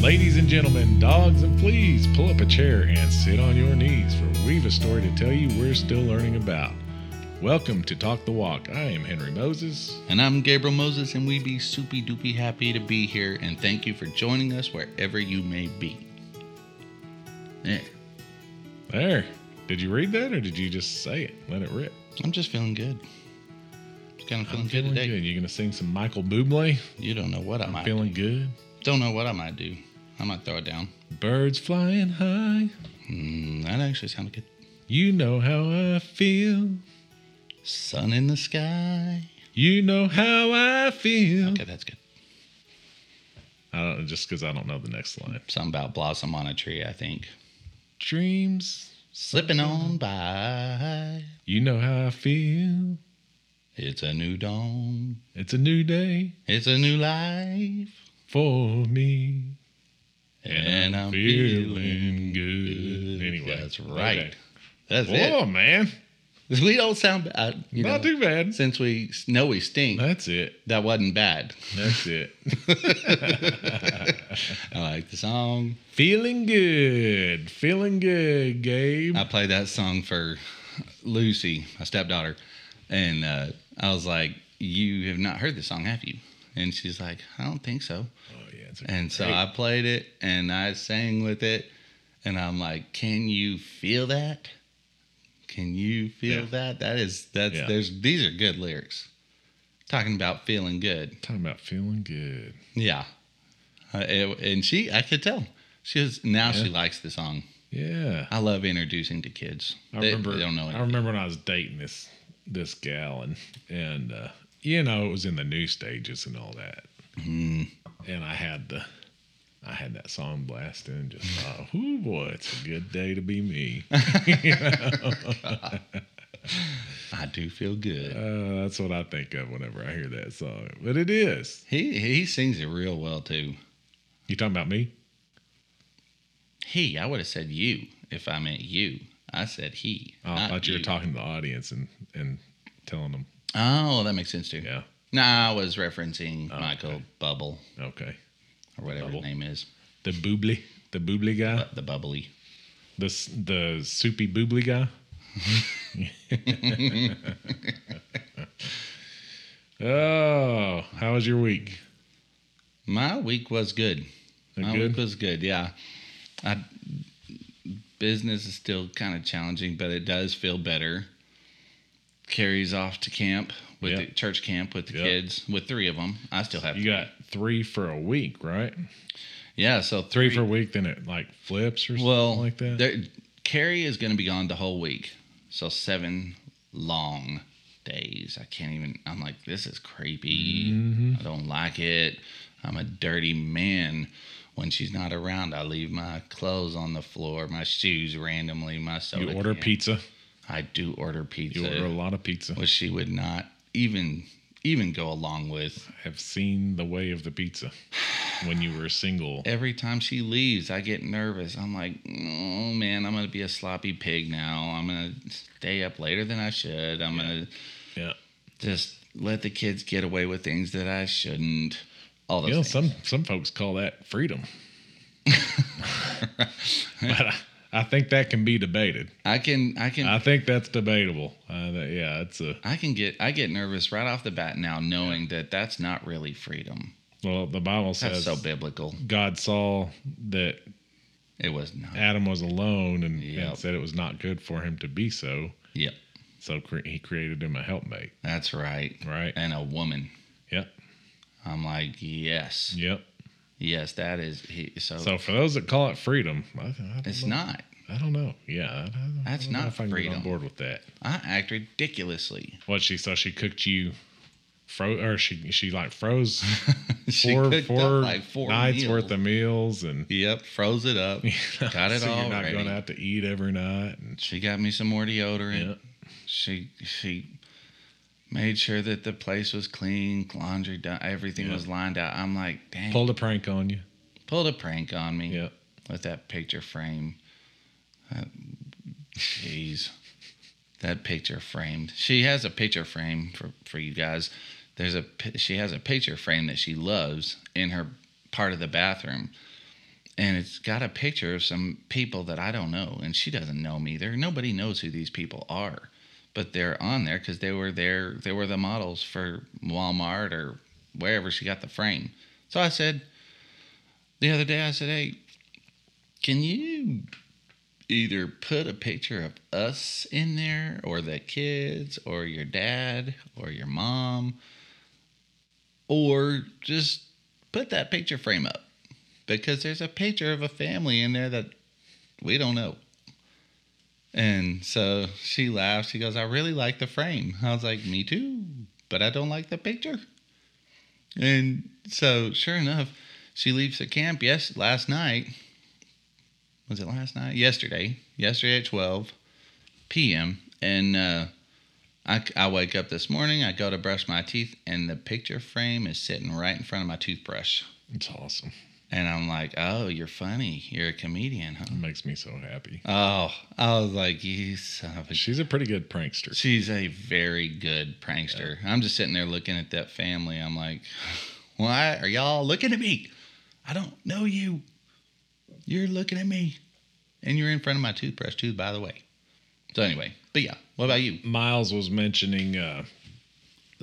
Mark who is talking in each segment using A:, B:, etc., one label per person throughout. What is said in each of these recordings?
A: Ladies and gentlemen, dogs and fleas, pull up a chair and sit on your knees, for we've a story to tell you we're still learning about. Welcome to Talk the Walk. I am Henry Moses.
B: And I'm Gabriel Moses, and we be soupy doopy happy to be here. And thank you for joining us wherever you may be. Yeah,
A: There. Did you read that or did you just say it? Let it rip.
B: I'm just feeling good. Just kind of feeling good today.
A: You gonna sing some Michael Bublé?
B: You don't know what I might.
A: Feeling good.
B: Don't know what I might do. I might throw it down.
A: Birds flying high.
B: Mm, that actually sounded good.
A: You know how I feel.
B: Sun in the sky.
A: You know how I feel.
B: Okay, that's good.
A: I don't just because I don't know the next line.
B: Something about blossom on a tree. I think
A: Dreams.
B: slipping on by.
A: You know how I feel.
B: It's a new dawn.
A: It's a new day
B: It's a new life.
A: for me.
B: And I'm feeling good.
A: Anyway,
B: Mm, That's right.
A: okay.
B: That's
A: Whoa, man.
B: it. We don't sound bad. You
A: Not
B: know,
A: too bad.
B: since we s- know we stink,
A: That's it.
B: that wasn't bad.
A: That's it.
B: I like the song.
A: feeling good. Feeling good, Gabe.
B: I played that song for Lucy, my stepdaughter, and uh, I was like, "You have not heard this song, have you?" And she's like, "I don't think so."
A: oh, yeah. It's a
B: And so
A: great-
B: I played it and I sang with it. And I'm like, can you feel that? Can you feel
A: Yeah.
B: that? That is, that's,
A: Yeah.
B: there's, these are good lyrics. Talking about feeling good.
A: talking about feeling good.
B: Yeah. Uh, it- and she, I could tell. She was, now she
A: Yeah.
B: likes the song.
A: Yeah.
B: I love introducing to kids.
A: I
B: they,
A: remember.
B: they don't know it.
A: I remember when I was dating this this gal, and and uh, you know it was in the new stages and all that.
B: Mm-hmm.
A: And I had the, I had that song blasting, and just thought, "Ooh boy, it's a good day to be me."
B: I do feel good.
A: Uh, that's what I think of whenever I hear that song. But it is.
B: he, he sings it real well too.
A: You talking about me?
B: He, I would have said you if I meant you. I said he.
A: Oh, I
B: not
A: thought you were talking to the audience and and telling them.
B: Oh, that makes sense too.
A: Yeah.
B: Nah, I was referencing Michael
A: Oh, okay.
B: Bubble
A: Okay.
B: or whatever
A: Bubble.
B: his name is,
A: The boobly, the boobly guy,
B: but the bubbly.
A: the s- the soupy boobly guy. oh, how was your week?
B: My week was good.
A: That
B: My
A: good?
B: week was good. Yeah, I, business is still kind of challenging, but it does feel better. Carries off to camp with
A: Yeah.
B: the church camp with the
A: Yeah.
B: kids with three of them. I still have
A: You got three for a week, right?
B: yeah, so
A: Three for a week, then it like flips or something
B: well
A: like that.
B: there- Carrie is going to be gone the whole week, so seven long days. I can't even. I'm like, this is creepy.
A: Mm-hmm.
B: I don't like it. I'm a dirty man. When she's not around, I leave my clothes on the floor, my shoes randomly, my soda.
A: you order
B: can.
A: pizza.
B: I do order pizza,
A: You order a lot of pizza.
B: which she would not even even go along with.
A: have seen the way of the pizza when you were single.
B: every time she leaves, I get nervous. I'm like, oh man, I'm gonna be a sloppy pig now. I'm gonna stay up later than I should. I'm gonna
A: Yeah.
B: just let the kids get away with things that I shouldn't. All those
A: You know, some
B: things.
A: some folks call that freedom. but I, I think that can be debated.
B: I can, I can,
A: I think that's debatable. Uh, that- yeah, it's a
B: I can get, I get nervous right off the bat now, knowing that that's not really freedom.
A: well. The Bible
B: That's
A: says
B: so biblical.
A: God saw that
B: It was not.
A: Adam was alone and, and
B: Yep.
A: said it was not good for him to be so.
B: Yep,
A: So cre- he created him a helpmate,
B: that's right.
A: right?
B: And a woman.
A: Yep,
B: I'm like, yes,
A: yep.
B: yes, that is. He, so,
A: So for those that call it freedom, I, I don't
B: it's
A: know.
B: not.
A: I don't know. Yeah, I, I don't,
B: That's
A: I don't know
B: not
A: if I can get
B: freedom.
A: on board with that.
B: I act ridiculously.
A: What she so she cooked you, fro or she she like froze
B: she
A: four
B: cooked
A: four,
B: up like four
A: nights
B: meals.
A: worth of meals and
B: Yep, froze it up. Got it
A: so
B: all
A: You're not
B: ready.
A: going to have to eat every night. And
B: She got me some more deodorant.
A: Yeah.
B: She she made sure that the place was clean, laundry done, everything
A: Yeah.
B: was lined out. I'm like, dang,
A: pulled a prank on you.
B: pulled a prank on me
A: Yep.
B: with that picture frame. Uh, Jeez, that picture framed. She has a picture frame for for you guys. There's a pi- she has a picture frame that she loves in her part of the bathroom, and it's got a picture of some people that I don't know, and she doesn't know me. There, nobody knows who these people are, but they're on there because they were there. They were the models for Walmart or wherever she got the frame. So I said the other day, I said, "Hey, can you either put a picture of us in there, or the kids, or your dad, or your mom, or just put that picture frame up?" because there's a picture of a family in there that we don't know. And so she laughs. She goes, I really like the frame. I was like, Me too, but I don't like the picture. And so, sure enough, she leaves the camp. Yes, last night. Was it last night? Yesterday. Yesterday at 12 p.m. And uh, I, I wake up this morning. I go to brush my teeth, and the picture frame is sitting right in front of my toothbrush.
A: It's awesome.
B: And I'm like, oh, you're funny. You're a comedian, huh?
A: It makes me so happy.
B: Oh, I was like, you son of a.
A: She's a pretty good prankster.
B: She's a very good prankster. I'm just sitting there looking at that family. I'm like, why are y'all looking at me? I don't know you. You're looking at me. And you're in front of my toothbrush, too, by the way. So, anyway, but yeah, what about you?
A: Miles was mentioning uh,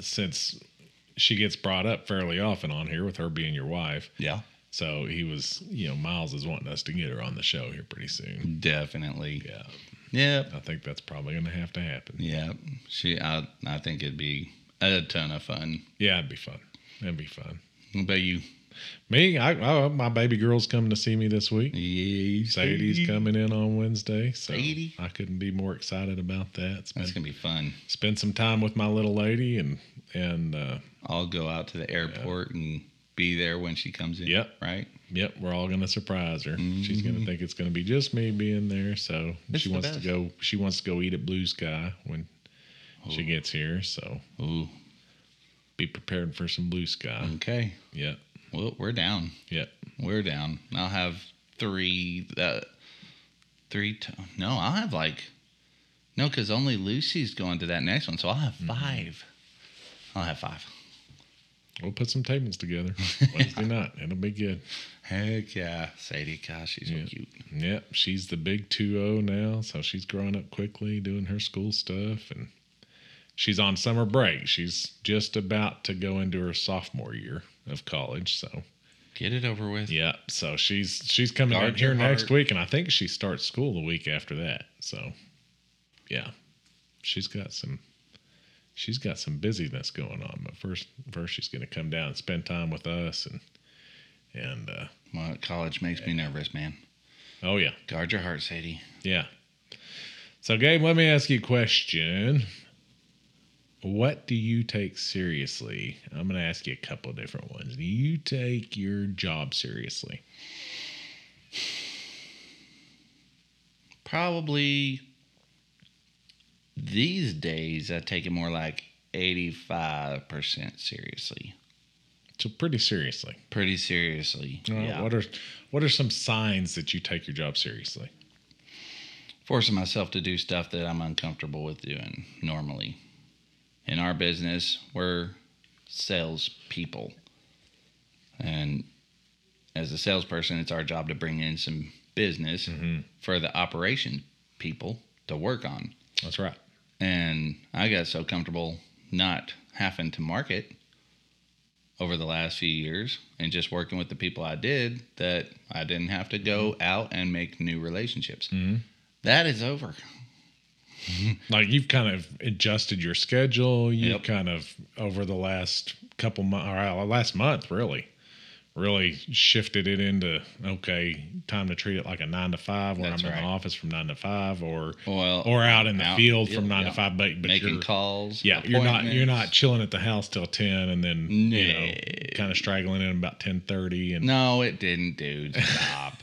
A: since she gets brought up fairly often on here with her being your wife.
B: Yeah.
A: So he was, you know, Miles is wanting us to get her on the show here pretty soon.
B: Definitely.
A: Yeah.
B: Yep.
A: I think that's probably going to have to happen.
B: Yep. She, I, I think it'd be a ton of fun.
A: Yeah, it'd be fun. That'd be fun.
B: What about you?
A: Me, I, I my baby girl's coming to see me this week.
B: Yeah,
A: Sadie's coming in on Wednesday, so
B: Sadie.
A: I couldn't be more excited about that.
B: That's
A: Spend,
B: gonna be fun.
A: spend some time with my little lady, and and uh,
B: I'll go out to the airport and be there when she comes in.
A: Yep.
B: Right.
A: yep, we're all gonna surprise her. She's gonna think it's gonna be just me being there. So
B: It's
A: she
B: Mm-hmm.
A: wants
B: the best.
A: to go. She wants to go eat at Blue Sky when she
B: Ooh.
A: gets here. So
B: Ooh.
A: be prepared for some Blue Sky.
B: Okay.
A: Yep,
B: Well, we're down.
A: yep.
B: We're down. I'll have three. Uh, three. T- no, I'll have like. No, because only Lucy's going to that next one, so I'll have
A: Mm-hmm.
B: 5 i I'll have five.
A: We'll put some tables together Wednesday night. It'll be good.
B: Heck yeah, Sadie. Gosh, she's
A: Yeah.
B: so cute.
A: Yep, she's the big 2-0 now, so she's growing up quickly, doing her school stuff, and she's on summer break. She's just about to go into her sophomore year of college, so
B: Get it over with.
A: yeah, so she's she's coming
B: Guard
A: out here
B: your
A: next
B: heart.
A: week, and I think she starts school the week after that. So, yeah, she's got some she's got some busyness going on. But first, first she's going to come down and spend time with us, and and uh,
B: Well, college makes me nervous, man.
A: oh yeah,
B: Guard your heart, Sadie.
A: Yeah. So, Gabe, let me ask you a question. What do you take seriously? I'm going to ask you a couple of different ones. Do you take your job seriously?
B: probably these days I take it more like 85% seriously.
A: So, pretty seriously.
B: Pretty seriously.
A: All right, Uh, What are what are some signs that you take your job seriously?
B: Forcing myself to do stuff that I'm uncomfortable with doing normally. In our business, we're sales people. And as a salesperson, it's our job to bring in some business for the operation people to work on.
A: That's right.
B: and I got so comfortable not having to market over the last few years and just working with the people I did that I didn't have to go out and make new relationships. That is over.
A: Like you've kind of adjusted your schedule. You've
B: Yep.
A: kind of over the last couple months, or uh, last month, really, really shifted it into okay, time to treat it like a nine to five. When
B: That's
A: I'm in
B: right.
A: the office from nine to five, or
B: Well,
A: or out in the
B: out-
A: field
B: yeah,
A: from nine
B: yeah.
A: to five. But, but
B: making
A: you're,
B: calls.
A: yeah, you're not you're not
B: appointments.
A: chilling at the house till ten, and then you know,
B: No.
A: kind of straggling in about ten thirty, and
B: No, it didn't, dude. Stop.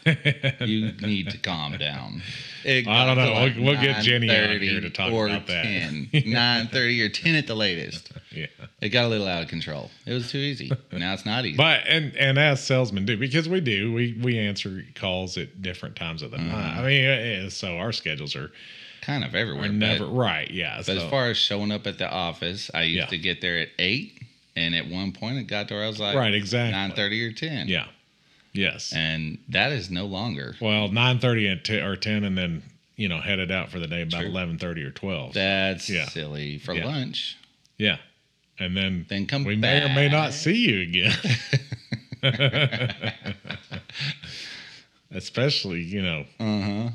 B: you need to calm down. It
A: I don't
B: got to
A: know. We'll- we'll get Jenny on here
B: 9:30
A: to talk
B: or
A: about that.
B: 10. 9:30 or 10 at the latest.
A: yeah.
B: It got a little out of control. It was too easy. Now it's not easy.
A: But and and as salesmen do, because we do, we we answer calls at different times of the
B: Mm-hmm.
A: night. I mean, eh, eh, so our schedules are
B: kind of
A: are
B: everywhere.
A: never
B: But,
A: right. Yeah.
B: but
A: so-
B: as far as showing up at the office, I used
A: Yeah.
B: to get there at eight, and at one point it got to where I was like
A: right, exactly.
B: nine thirty or ten.
A: Yeah. Yes.
B: and that is no longer.
A: well, nine thirty and t- or ten, and then you know headed out for the day about
B: True.
A: eleven thirty or twelve.
B: That's
A: Yeah.
B: silly for
A: Yeah.
B: lunch.
A: yeah, and then
B: Then come
A: we may or may not see you again. Especially, you know,
B: Uh huh.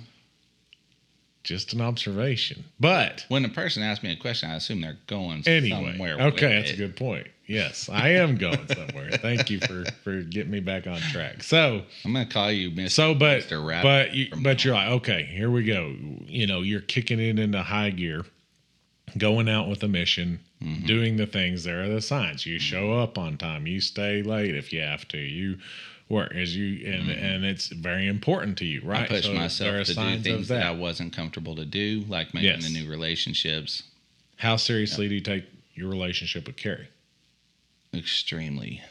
A: just an observation. But
B: When a person asks me a question, I assume they're going
A: anyway,
B: somewhere. with
A: okay, that's
B: it.
A: a good point. Yes, I am going somewhere. Thank you for for getting me back on track. So,
B: I'm gonna call you Miss.
A: So, but
B: Mr. Rabbit
A: but you,
B: from
A: but you're like, okay, here we go. You know, you're kicking it into high gear, going out with a mission,
B: Mm-hmm.
A: doing the things. There are the signs. You show up on time. You stay late if you have to. You work as you and and it's very important to you, right?
B: Mm-hmm. I push
A: So
B: myself to do things that. I
A: that.
B: wasn't comfortable to do, like making
A: Yes.
B: the new relationships.
A: How seriously do you take your relationship with Carrie?
B: Extremely,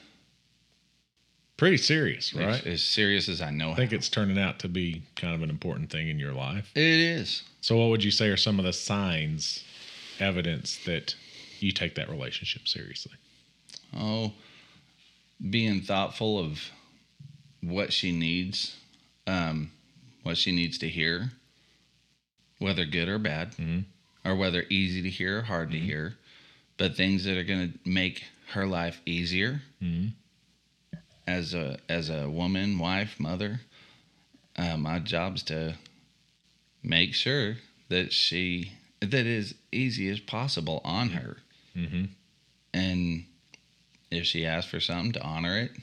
A: Pretty serious, right?
B: As, as serious as I know.
A: I think it's turning out to be kind of an important thing in your life.
B: it is.
A: So, what would you say are some of the signs, evidence that you take that relationship seriously?
B: Oh, being thoughtful of what she needs, um, what she needs to hear, whether good or bad,
A: Mhm.
B: or whether easy to hear or hard to hear, but things that are going to make her life easier
A: Mhm.
B: as a as a woman, wife, mother. Uh, my job's to make sure that she that is easy as possible on her
A: Mm-hmm.
B: and if she asks for something to honor it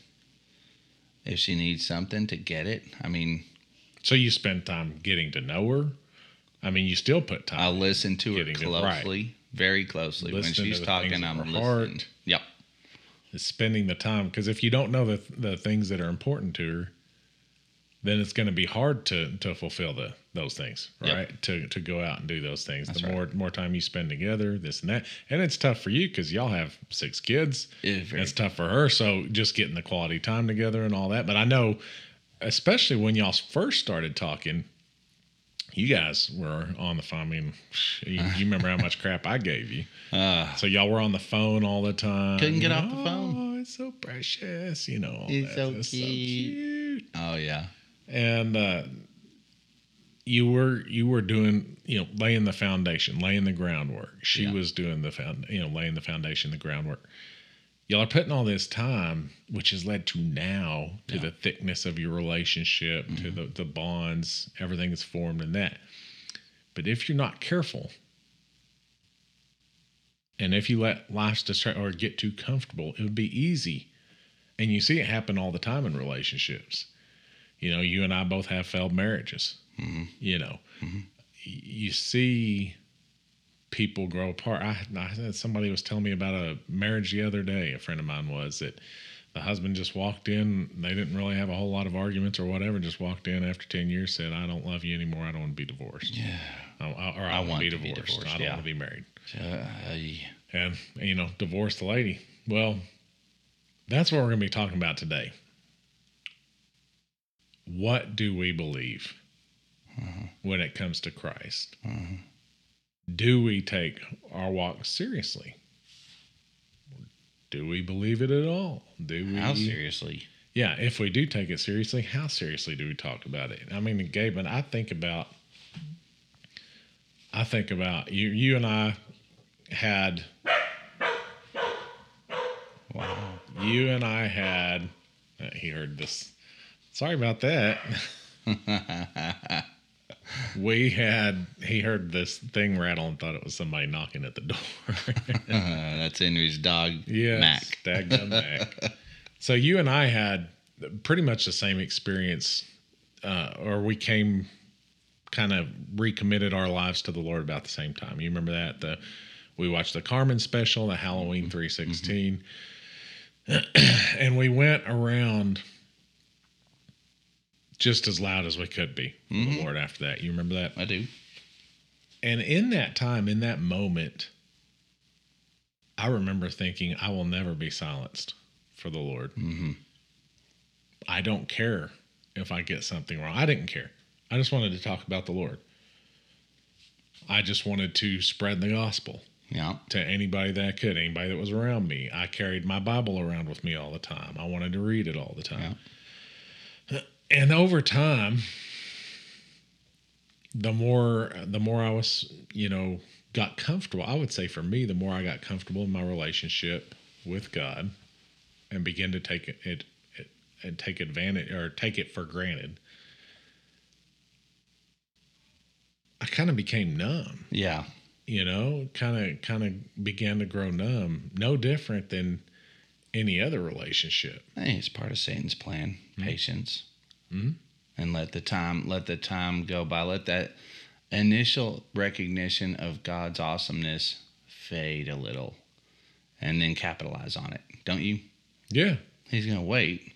B: if she needs something to get it i mean
A: So you spend time getting to know her. I mean, you still put
B: i
A: time.
B: listen to her
A: Getting it right.
B: closely very closely
A: Listening to
B: when she's
A: the
B: talking
A: things of
B: i'm
A: her
B: listening
A: heart.
B: yep
A: It's spending the time because if you don't know the the things that are important to her, then it's going to be hard to to fulfill the those things,
B: Yep.
A: right? To to go out and do those things.
B: That's
A: the
B: right.
A: more more time you spend together, this and that, and it's tough for you because y'all have six kids.
B: It's very-
A: It's tough for her. So just getting the quality time together and all that. But I know, especially when y'all first started talking, you guys were on the phone. I mean, you, you remember how much crap I gave you.
B: uh,
A: So y'all were on the phone all the time.
B: Couldn't get off the
A: Oh,
B: phone.
A: it's so precious. You know, all
B: It's
A: that.
B: so cute.
A: cute.
B: oh yeah
A: And uh, you were you were doing you know laying the foundation, laying the groundwork. She
B: Yeah.
A: was doing the found you know laying the foundation, the groundwork. Y'all are putting all this time, which has led to now to
B: Yeah. Mm-hmm.
A: the thickness of your relationship, to the, the bonds, everything that's formed in that. But if you're not careful, and if you let life distract or get too comfortable, it would be easy. And you see it happen all the time in relationships. You know, you and I both have failed marriages.
B: Mm-hmm.
A: You know, Y- you see people grow apart. I, I had- somebody was telling me about a marriage the other day. A friend of mine was that the husband just walked in. They didn't really have a whole lot of arguments or whatever. Just walked in after ten years, said, "I don't love you anymore. I don't want to be divorced."
B: yeah
A: I, I- or I, want to be divorced. I don't
B: yeah.
A: want to be married.
B: I-
A: And, you know, divorce the lady. Well, that's what we're going to be talking about today. What do we believe when it comes to Christ?
B: Mm-hmm.
A: Do we take our walk seriously? Do we believe it at all? Do we?
B: how seriously
A: Yeah, if we do take it seriously, how seriously do we talk about it? I mean, Gabe, and I think about, I think about you. You and I had,
B: wow
A: you and I had. uh, He heard this. Sorry about that. we had. He heard this thing rattle and thought it was somebody knocking at the door.
B: uh, that's henry's dog
A: Yeah,
B: mac
A: Daggum Mac. So you and I had pretty much the same experience, uh, or we came kind of recommitted our lives to the Lord about the same time. You remember that the we watched the Carmen special, the Halloween 316, and we went around just as loud as we could be for the Lord after that. You remember that?
B: i do
A: And in that time, in that moment, I remember thinking, I will never be silenced for the Lord.
B: mm-hmm.
A: I don't care if I get something wrong. I didn't care. I just wanted to talk about the Lord. I just wanted to spread the gospel
B: yeah
A: to anybody that I could, anybody that was around me. I carried my Bible around with me all the time. I wanted to read it all the time. and over time the more the more i was you know got comfortable i would say for me the more i got comfortable in my relationship with god and begin to take it, it, it and take advantage or take it for granted i kind of became numb
B: Yeah.
A: you know kind of kind of began to grow numb no different than any other relationship
B: I think Eh, it's part of Satan's plan. Patience. And let the time let the time go by. Let that initial recognition of God's awesomeness fade a little. And then capitalize on it. Don't you?
A: yeah
B: He's gonna wait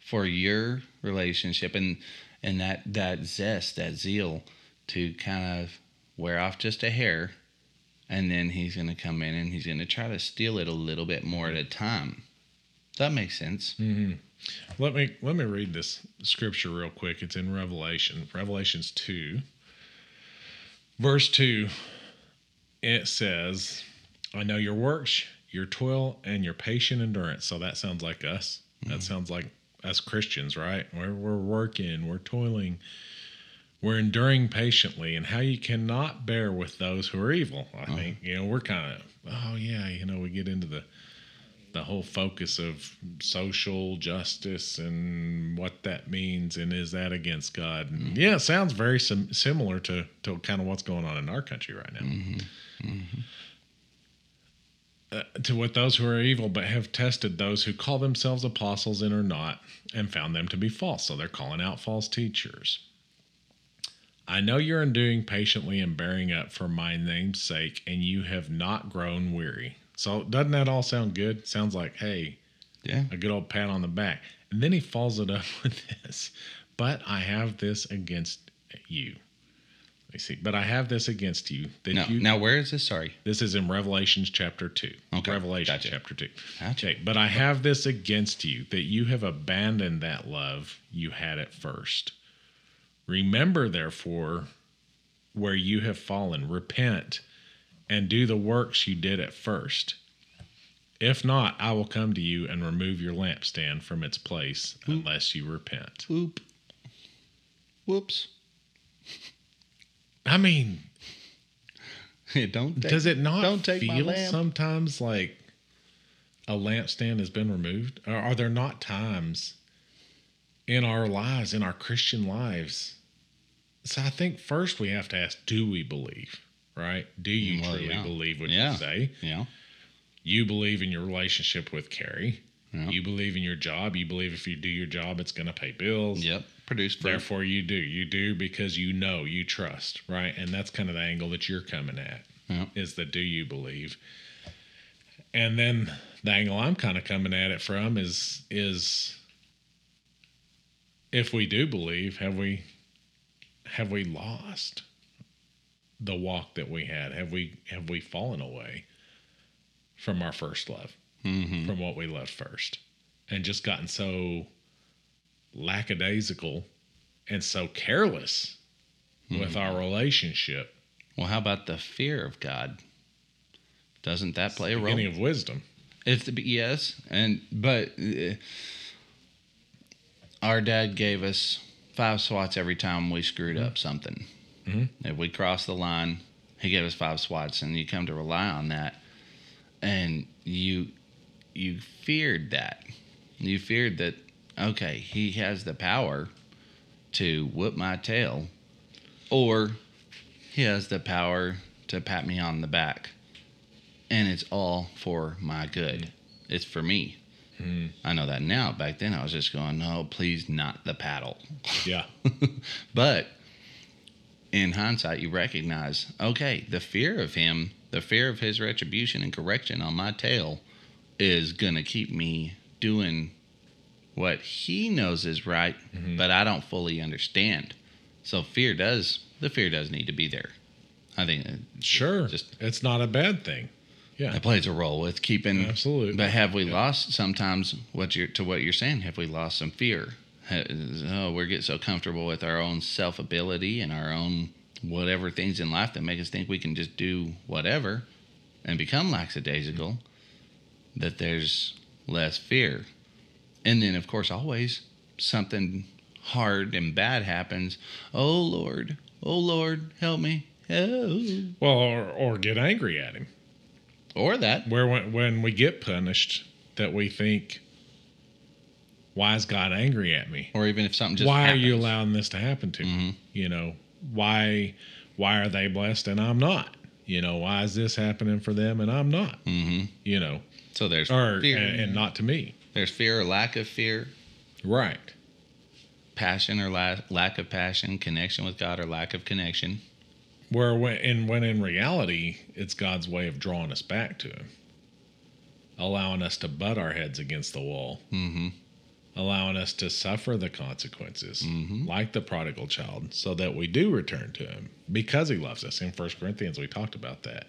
B: for your relationship and and that that zest, that zeal to kind of wear off just a hair, and then he's gonna come in and he's gonna try to steal it a little bit more at a time. That makes sense.
A: Let me let me read this scripture real quick. It's in Revelation, Revelations 2, verse 2. It says, "I know your works, your toil, and your patient endurance." So that sounds like us. That sounds like us Christians, right? We're, we're working, we're toiling, we're enduring patiently, and how you cannot bear with those who are evil. I think you know we're kind of oh yeah, you know we get into the the whole focus of social justice and what that means and is that against God? And yeah, it sounds very sim- similar to to kind of what's going on in our country right now. Uh, to what those who are evil, but have tested those who call themselves apostles and are not, and found them to be false. So they're calling out false teachers. I know you're enduring patiently and bearing up for my name's sake, and you have not grown weary. So, doesn't that all sound good? Sounds like, hey,
B: Yeah.
A: a good old pat on the back. And then he follows it up with this. But I have this against you. Let me see. But I have this against you that
B: Now,
A: you.
B: now where is this? Sorry.
A: This is in Revelations chapter 2.
B: Okay,
A: Revelation
B: gotcha.
A: chapter 2.
B: Gotcha.
A: Okay, but I have this against you that you have abandoned that love you had at first. Remember, therefore, where you have fallen, repent, and do the works you did at first. If not, I will come to you and remove your lampstand from its place unless you repent.
B: Whoop. Whoops.
A: I mean,
B: don't take,
A: does it not
B: don't take my
A: feel
B: lamp.
A: sometimes like a lampstand has been removed? Or are there not times in our lives, in our Christian lives? So I think first we have to ask, do we believe? Right? Do you
B: Well,
A: truly
B: yeah.
A: believe what
B: Yeah.
A: you say?
B: Yeah.
A: You believe in your relationship with Carrie.
B: Yeah.
A: You believe in your job. You believe if you do your job, it's going to pay bills.
B: Yep. Produce proof.
A: Therefore, you do. You do because you know, you trust, right? And that's kind of the angle that you're coming at
B: Yeah.
A: is the do you believe? And then the angle I'm kind of coming at it from is is if we do believe, have we have we lost the walk that we had? Have we have we fallen away from our first love,
B: Mm-hmm.
A: from what we loved first, and just gotten so lackadaisical and so careless
B: Mm-hmm.
A: with our relationship?
B: Well, how about the fear of God? Doesn't that play a role?
A: Beginning of wisdom.
B: If the yes, and but uh, our dad gave us five swats every time we screwed up something.
A: Mhm.
B: If we crossed the line, he gave us five swats, and you come to rely on that, and you you feared that, you feared that. Okay, he has the power to whoop my tail, or he has the power to pat me on the back and it's all for my good. It's for me. I know that now. Back then, I was just going, no, please, not the paddle.
A: Yeah.
B: But in hindsight, you recognize, okay, the fear of him, the fear of his retribution and correction on my tail is going to keep me doing what he knows is right, but I don't fully understand. So fear does, the fear does need to be there. I think it
A: Sure.
B: Just-
A: it's not a bad thing. Yeah.
B: that plays a role with keeping
A: Absolutely.
B: But have we lost sometimes what you're to what you're saying? Have we lost some fear? Ha- Oh, we get so comfortable with our own self ability and our own whatever things in life that make us think we can just do whatever and become lackadaisical. That there's less fear, and then of course always something hard and bad happens, oh Lord, oh Lord, help me. Oh.
A: Well, or, or get angry at him.
B: Or that.
A: Where when, when we get punished, that we think, why is God angry at me?
B: Or even if something just
A: why
B: happens. Mm-hmm.
A: are you allowing this to happen to me? You know, why why are they blessed and I'm not? You know, why is this happening for them and I'm not?
B: Mhm.
A: You know,
B: So there's
A: or
B: fear.
A: and, and not to me.
B: there's fear or lack of fear,
A: Right.
B: passion or la- lack of passion, connection with God or lack of connection.
A: Where when and when in reality, it's God's way of drawing us back to Him, allowing us to butt our heads against the wall,
B: Mm-hmm.
A: allowing us to suffer the consequences,
B: Mhm.
A: like the prodigal child, so that we do return to Him because He loves us. In First Corinthians, we talked about that.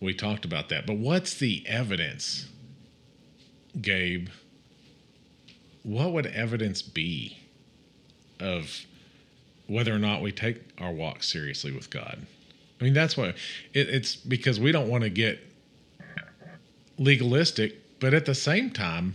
A: We talked about that. But what's the evidence, Gabe? What would evidence be of whether or not we take our walk seriously with God? I mean, that's why it, it's because we don't want to get legalistic, but at the same time,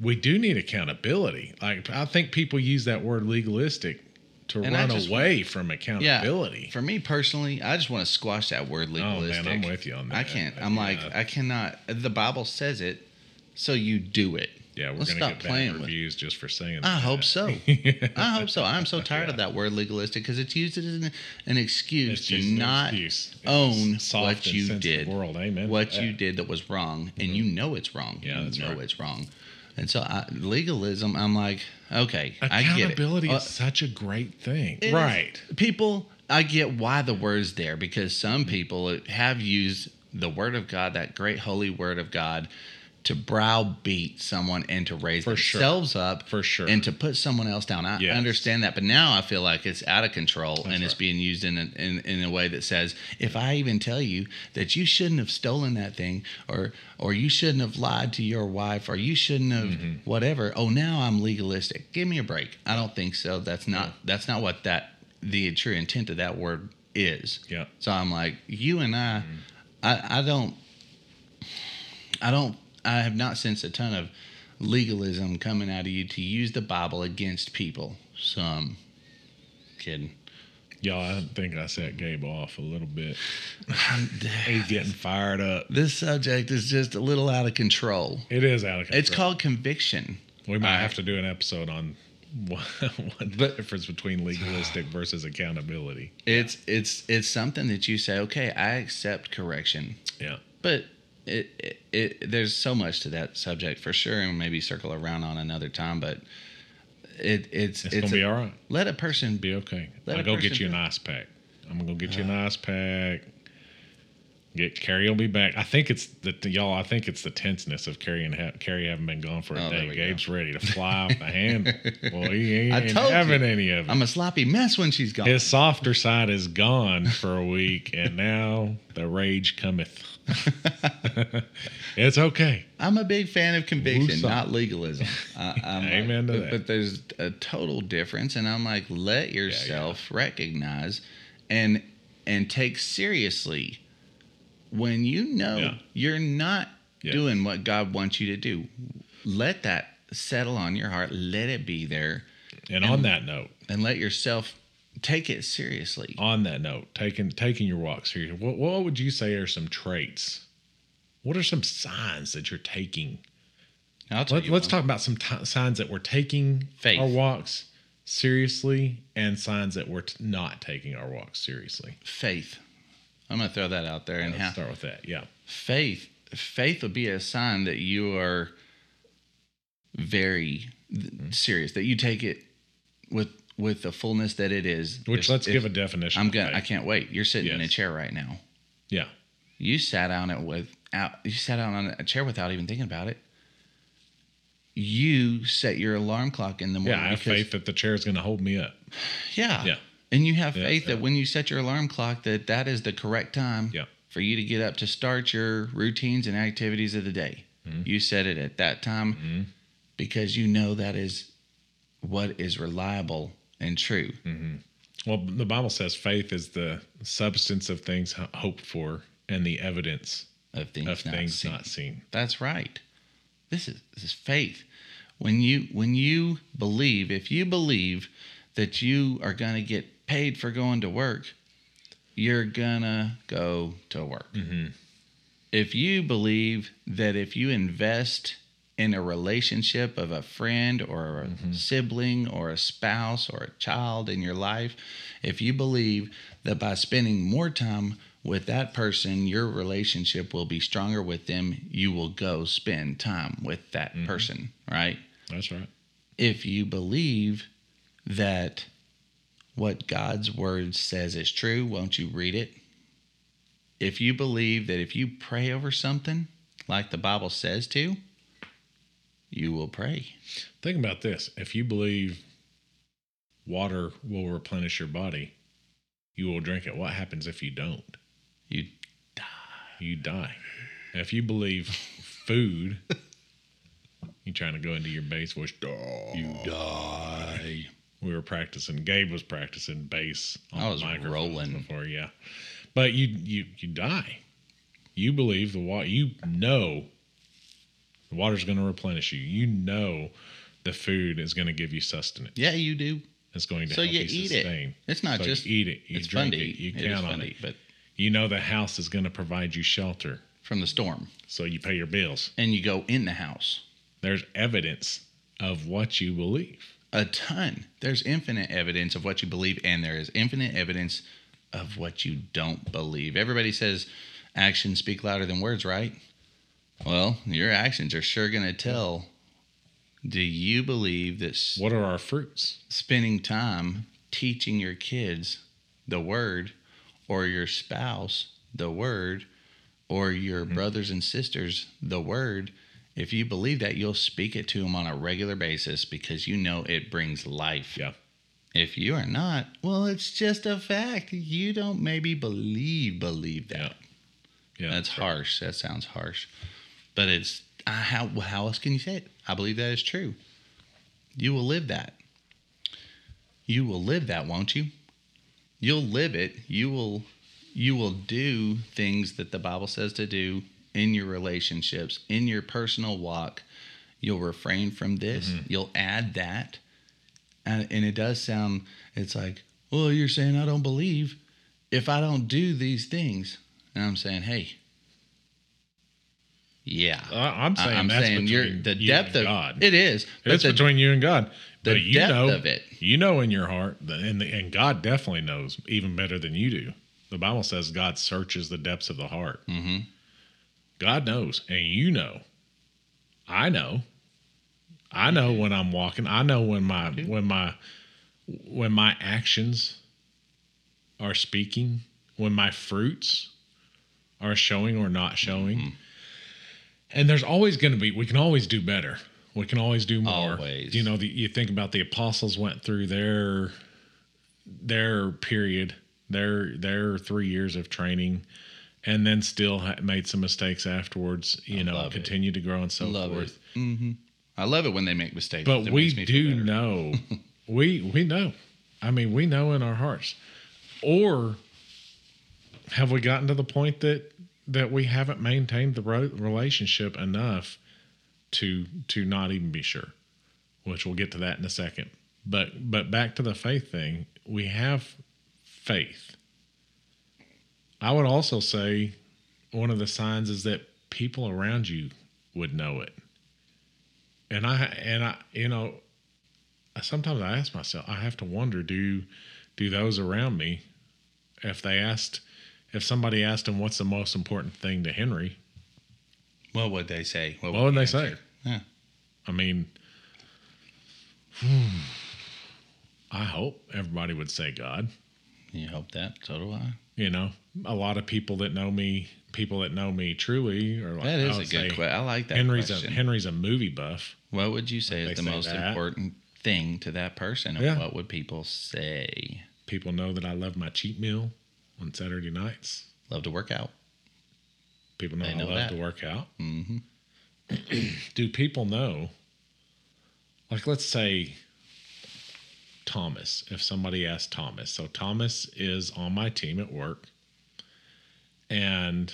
A: we do need accountability. Like I think people use that word legalistic to
B: And I
A: run
B: just
A: away from accountability.
B: For me personally, I just want to squash that word
A: oh
B: legalistic.
A: man, I'm with you on that. Uh,
B: I can't. I'm
A: Yeah.
B: like, I cannot. The Bible says it, so you do it.
A: yeah, we're
B: let's
A: gonna
B: stop
A: get
B: playing
A: bad
B: with-
A: reviews just for saying.
B: I hope
A: that.
B: so. I hope so. I'm so tired of that word legalistic because it's used as an, an excuse
A: It's
B: to
A: just an
B: not
A: excuse. It's
B: own
A: soft
B: what
A: and
B: you
A: sensitive
B: did.
A: World, amen. to
B: what
A: that.
B: you did that was wrong, and you know it's wrong.
A: Yeah,
B: you
A: that's
B: know
A: right.
B: it's wrong. And so I, legalism, I'm like, okay, I get it.
A: Accountability
B: Uh,
A: is such a great thing.
B: it is-
A: right.
B: people, I get why the word's there because some people have used the word of God, that great holy word of God, to browbeat someone and to raise
A: For sure.
B: themselves up
A: For sure.
B: and to put someone else down. I
A: Yes.
B: understand that, but now I feel like it's out of control and it's
A: right.
B: being used in a, in, in a way that says, if I even tell you that you shouldn't have stolen that thing, or or you shouldn't have lied to your wife, or you shouldn't have whatever. Oh, now I'm legalistic. Give me a break. I don't think so. That's not that's not what that the true intent of that word is.
A: Yep.
B: So I'm like, you and I, I, I don't, I don't, I have not sensed a ton of legalism coming out of you to use the Bible against people. Some kidding.
A: Y'all, I think I set Gabe off a little bit. He's getting fired up.
B: This subject is just a little out of control.
A: It is out of control.
B: It's called conviction.
A: We might
B: Alright.
A: have to do an episode on what, what the difference between legalistic versus accountability.
B: It's it's it's something that you say, okay, I accept correction,
A: Yeah.
B: but it, it, it there's so much to that subject for sure, and maybe circle around on another time. But it it's
A: It's,
B: it's,
A: gonna
B: a-
A: be all right.
B: let a person be
A: Be okay.
B: Let
A: I'll
B: a
A: go get
B: person
A: you an
B: do Uh-huh.
A: ice pack. I'm gonna go get you an ice pack. Get Carrie will be back. I think it's the y'all. I think it's the tenseness of Carrie and ha- Carrie having been gone for a
B: Oh, there
A: day.
B: we
A: Gabe's ready to fly off the handle. Well, he ain't
B: I told you.
A: having any of it.
B: I'm a sloppy mess when she's gone.
A: His softer side is gone for a week, and now the rage cometh. it's okay.
B: I'm a big fan of conviction,
A: Woosah.
B: not legalism. I, I'm like-
A: Amen to
B: but,
A: that.
B: but there's a total difference, and I'm like, let yourself recognize and and take seriously when you know
A: Yeah.
B: you're not
A: Yeah.
B: doing what God wants you to do. Let that settle on your heart. Let it be there,
A: And on that note,
B: and let yourself take it seriously.
A: on that note, taking taking your walks here, what what would you say are some traits? What are some signs that you're taking?
B: I'll tell
A: Let,
B: you
A: let's
B: one.
A: talk about some ti signs that we're taking
B: Faith.
A: our walks seriously, and signs that we're t- not taking our walks seriously.
B: faith. I'm gonna throw that out there, and
A: Let's
B: how
A: start with that. Yeah,
B: faith faith would be a sign that you are very th-
A: Mm-hmm.
B: serious that you take it with with the fullness that it is
A: which
B: If-
A: let's
B: if-
A: give a definition.
B: i'm
A: of
B: gonna i
A: faith.
B: can't wait you're sitting in a
A: Yes.
B: chair right now
A: yeah,
B: you sat on it without you sat down on a chair without even thinking about it you set your alarm clock in the
A: yeah.
B: morning
A: I have
B: because- Ah.
A: faith that the chair is going to hold me up.
B: yeah
A: Yeah.
B: and you have
A: Yeah,
B: faith
A: yeah.
B: that when you set your alarm clock that that is the correct time
A: Yeah.
B: for you to get up to start your routines and activities of the day. You said it at that time because you know that is what is reliable and true.
A: Well, the Bible says faith is the substance of things ho- hoped for and the evidence
B: Of things,
A: of
B: not,
A: things
B: seen.
A: not seen.
B: That's right. This is this is faith. When you when you believe, if you believe that you are gonna get paid for going to work, you're gonna go to work. If you believe that if you invest in a relationship of a friend or a sibling or a spouse or a child in your life, if you believe that by spending more time with that person, your relationship will be stronger with them, you will go spend time with that person, right?
A: That's right.
B: if you believe that what God's word says is true, won't you read it? If you believe that if you pray over something like the Bible says to, you will pray.
A: Think about this. If you believe water will replenish your body, you will drink it. What happens if you don't?
B: You
A: You die. If you believe food, you trying to go into your bass voice. "Duh."
B: die.
A: Oh. We were practicing. Gabe was practicing bass.
B: I was
A: the microphones
B: rolling.
A: before, yeah. But you you you die. You believe the water. You know the water's going to replenish you. You know the food is going to give you sustenance.
B: Yeah, you do.
A: It's going to
B: So
A: help
B: you
A: you
B: eat it.
A: sustain.
B: It's not
A: So
B: just
A: you eat it. You
B: it's fun
A: drink
B: to
A: it.
B: eat.
A: You
B: it is
A: count
B: fun
A: on
B: to
A: it.
B: eat, but
A: You know the house is going to provide you shelter,
B: from the storm,
A: so you pay your bills.
B: and you go in the house
A: There's evidence of what you believe.
B: a ton. There's infinite evidence of what you believe, and there is infinite evidence of what you don't believe. Everybody says actions speak louder than words, right? Well, your actions are sure going to tell. Do you believe that s-
A: What are our fruits?
B: spending time teaching your kids the word, or your spouse the word, or your
A: Mm-hmm.
B: brothers and sisters the word, if you believe that, you'll speak it to them on a regular basis because you know it brings life.
A: Yeah.
B: If you are not, well, it's just a fact. You don't maybe believe believe that.
A: Yeah. Yeah.
B: That's harsh. That sounds harsh, but it's I, how how else can you say it? I believe that is true. You will live that. You will live that, won't you? You'll live it. You will you will do things that the Bible says to do in your relationships, in your personal walk. You'll refrain from this.
A: Mm-hmm.
B: You'll add that, and, and it does sound. It's like, well, you're saying I don't believe if I don't do these things. And I'm saying, hey, yeah.
A: I, I'm
B: I-
A: saying
B: I'm
A: that's
B: saying you're
A: between
B: the
A: you
B: depth
A: and
B: of
A: God.
B: it is, but
A: it's
B: the,
A: between you and God.
B: the
A: but you
B: depth
A: know,
B: of it.
A: you know in your heart, the- and the, and God definitely knows even better than you do. The Bible says God searches the depths of the heart.
B: Mhm.
A: God knows, and you know. I know. I know when I'm walking. I know when my when my when my actions are speaking, when my fruits are showing or not showing. And there's always going to be, we can always do better. We can always do more.
B: Always.
A: You know, the, you think about the apostles went through their their period, their their three years of training, and then still ha- made some mistakes afterwards. You know,
B: love it.
A: continued to grow and so
B: love
A: forth.
B: it. hmm I love it when they make mistakes.
A: But
B: It
A: we
B: makes me feel
A: do
B: better.
A: know. we we know. I mean, we know in our hearts. Or have we gotten to the point that that we haven't maintained the ro- relationship enough to to not even be sure? Which we'll get to that in a second. But but back to the faith thing, we have faith. I would also say one of the signs is that people around you would know it and I and I you know sometimes I ask myself I have to wonder do do those around me if they asked if somebody asked him what's the most important thing to Henry
B: What would they say?
A: what would they say
B: Yeah.
A: I mean I hope everybody would say God
B: You hope that. So do I.
A: you know a lot of people that know me people that know me truly are like
B: That is
A: I
B: a
A: would
B: good
A: say,
B: question. I like that
A: Henry's
B: question.
A: a Henry's a movie buff
B: what would you say
A: They
B: is the
A: say
B: most
A: that.
B: important thing to that person? And
A: Yeah.
B: what would people say?
A: people know that I love my cheat meal on Saturday nights
B: Love to work out.
A: People know,
B: They know
A: I love
B: that.
A: to work out.
B: hmm
A: Do people know? Like, let's say Thomas, if somebody asked Thomas. So, Thomas is on my team at work and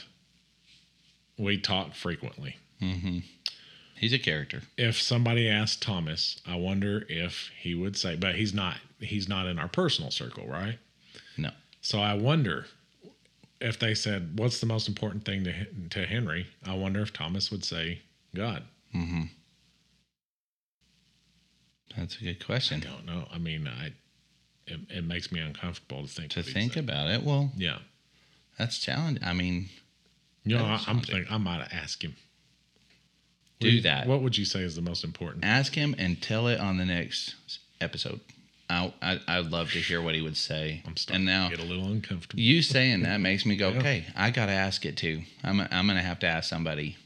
A: we talk frequently.
B: hmm He's a character.
A: if somebody asked Thomas, I wonder if he would say, but he's not he's not in our personal circle, right?
B: No.
A: So I wonder if they said, "What's the most important thing to Hen- to Henry?" I wonder if Thomas would say, "God."
B: Mm-hmm. That's a good
A: I
B: question
A: don't know. I mean, I it, it makes me uncomfortable to think
B: to
A: what he'd
B: think
A: say.
B: about it. Well,
A: Yeah,
B: that's challenging. I mean,
A: you know,
B: That
A: I, I'm
B: sounds-
A: thinking I might ask him.
B: Do
A: Would-
B: that.
A: What would you say is the most important?
B: ask him and tell it on the next episode. I I, I would love to hear what he would say.
A: I'm
B: and
A: starting
B: now
A: to get a little uncomfortable.
B: you saying that makes me go,
A: Yeah.
B: okay, I gotta ask it too. I'm I'm gonna have to ask somebody.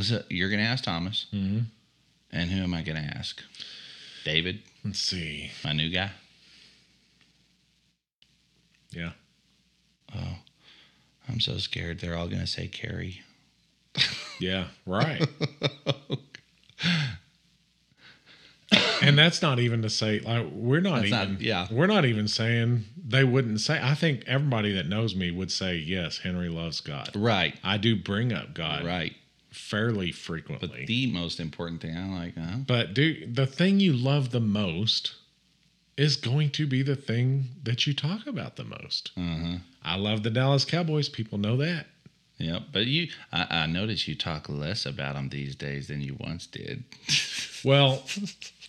B: So you're gonna ask Thomas,
A: Mhm.
B: and who am I gonna ask? David,
A: Let's see.
B: my new guy.
A: Yeah.
B: Oh, I'm so scared. They're all gonna say Carrie.
A: Yeah, right. and that's not even to say like we're not
B: That's not-
A: even
B: yeah.
A: we're not even saying they wouldn't say. I think everybody that knows me would say yes, Henry loves God.
B: Right.
A: I do bring up God
B: Right.
A: fairly
B: But
A: frequently. But,
B: the most important thing, I'm like, uh-huh, huh?
A: do the thing you love the most is going to be the thing that you talk about the most.
B: Uh huh.
A: I love the Dallas Cowboys. People know that.
B: Yep. But you, I, I notice you talk less about them these days than you once did.
A: Well,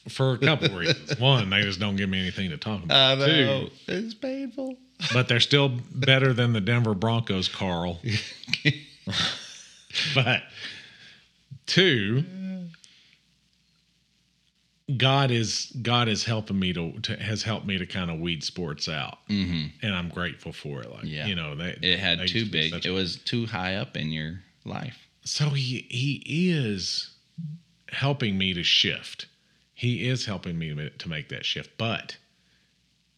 A: for a couple reasons. One, they just don't give me anything to talk about. Two,
B: It's painful.
A: but they're still better than the Denver Broncos, Carl. but two, God is God is helping me to, to has helped me to kind of weed sports out,
B: hmm
A: and I'm grateful for it. Like
B: Yeah.
A: you know, they,
B: It had
A: they
B: too
A: used to be
B: big.
A: such-
B: It was too high up in your life.
A: so he he is helping me to shift. He is helping me to- to make that shift. But